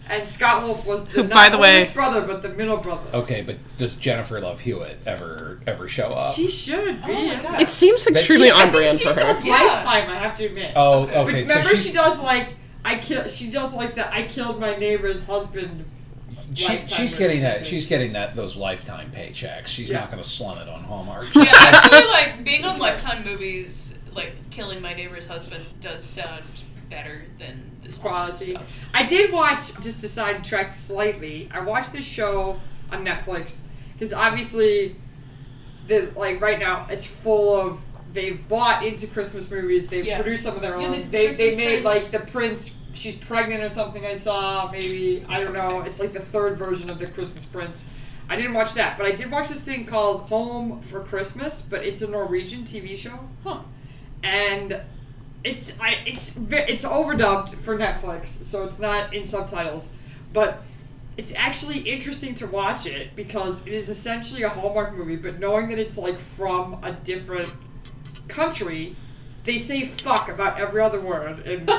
And Scott Wolf was the Who, not by the way- oldest brother, but the middle brother. Okay, but does Jennifer Love Hewitt ever ever show up? She should be. Oh my God. It seems extremely I on brand she for her. does- Yeah. Lifetime, I have to admit. oh, but okay. remember, so she, does like I kill. She does like the I killed my neighbor's husband. she, Lifetime she's or getting that. something. She's getting that those lifetime paychecks. She's Yeah. not going to slum it on Hallmark. Yeah, actually, like being on Lifetime movies, like killing my neighbor's husband does sound better than this Quality. Stuff. I did watch. Just to sidetrack slightly, I watched this show on Netflix because obviously, the like right now it's full of. They've bought into Christmas movies. They've Yeah. produced some of their Yeah, own. they did they Christmas they made Prince. like the Prince. She's pregnant or something. I saw maybe I don't know. It's like the third version of the Christmas Prince. I didn't watch that, but I did watch this thing called Home for Christmas, but it's a Norwegian TV show. Huh. And it's I it's ve- it's overdubbed for Netflix, so it's not in subtitles, but it's actually interesting to watch it because it is essentially a Hallmark movie, but knowing that it's like from a different country, they say fuck about every other word in, in the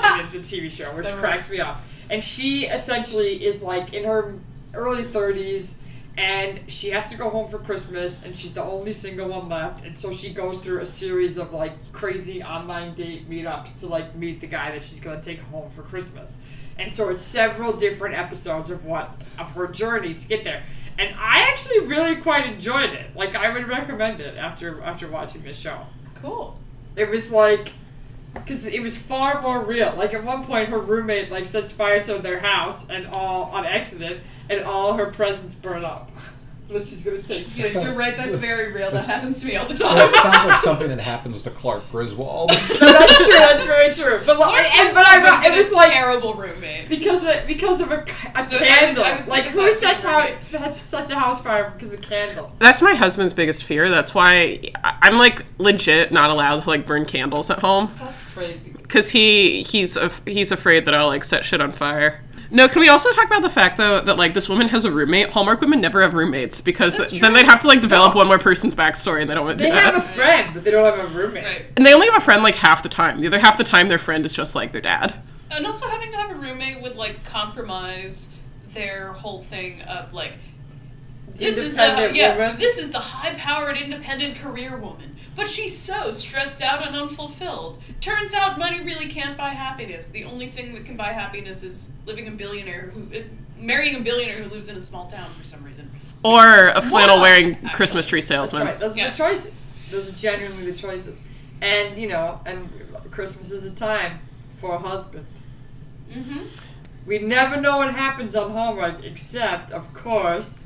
TV show, which That cracks me up. And she essentially is like in her early 30s and she has to go home for Christmas and she's the only single one left. And so she goes through a series of like crazy online date meetups to like meet the guy that she's going to take home for Christmas. And so it's several different episodes of what of her journey to get there. And I actually really quite enjoyed it. Like I would recommend it after after watching this show. Cool. It was like, because it was far more real. Like at one point, her roommate like sets fire to their house and all on accident, and all her presents burn up. That she's gonna take. Yeah, sounds- you're right. That's very real. That that's- happens to me all the That time. sounds like something that happens to Clark Griswold. that's true. That's very true. But like, and, but I, it was a like terrible roommate. because of, because of a, ca- a The- I would- I candle. would say like the who classroom sets out roommate. that's such a house fire because of candle? That's my husband's biggest fear. That's why I- I'm like legit not allowed to like burn candles at home That's crazy. because he he's af- he's afraid that I'll like set shit on fire. No, can we also talk about the fact though that like this woman has a roommate? Hallmark women never have roommates because th- then they'd have to like develop one more person's backstory, and they don't want to They do that. have a friend, but they don't have a roommate. Right. and they only have a friend like half the time. The other half the time, their friend is just like their dad. And also having to have a roommate would like compromise their whole thing of like this is the Independent yeah woman. this is the high powered independent career woman, but she's so stressed out and unfulfilled. Turns out money really can't buy happiness. The only thing that can buy happiness is living a billionaire who uh, marrying a billionaire who lives in a small town for some reason. Or a flannel wearing Actually. Christmas tree That's salesman. right. Those Yes. are the choices. Those are genuinely the choices. And you know, and Christmas is a time for a husband. Mm-hmm. We never know what happens on Hallmark, except, of course,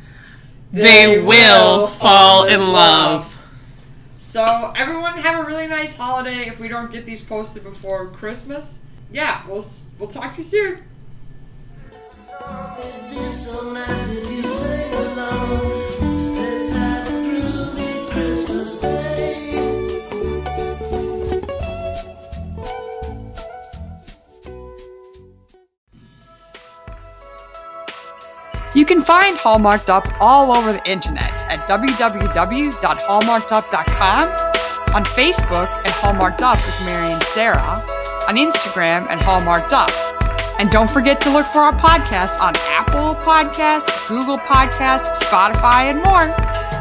They, will fall in love. So everyone have a really nice holiday. If we don't get these posted before Christmas, yeah, we'll s- we'll talk to you soon. It'd be so nice if you sing along. Let's have a groovy Christmas day. You can find Hallmarked Up all over the internet at www.hallmarkedup.com, on Facebook at Hallmarked Up with Mary and Sarah, on Instagram at Hallmarked Up. And don't forget to look for our podcast on Apple Podcasts, Google Podcasts, Spotify, and more.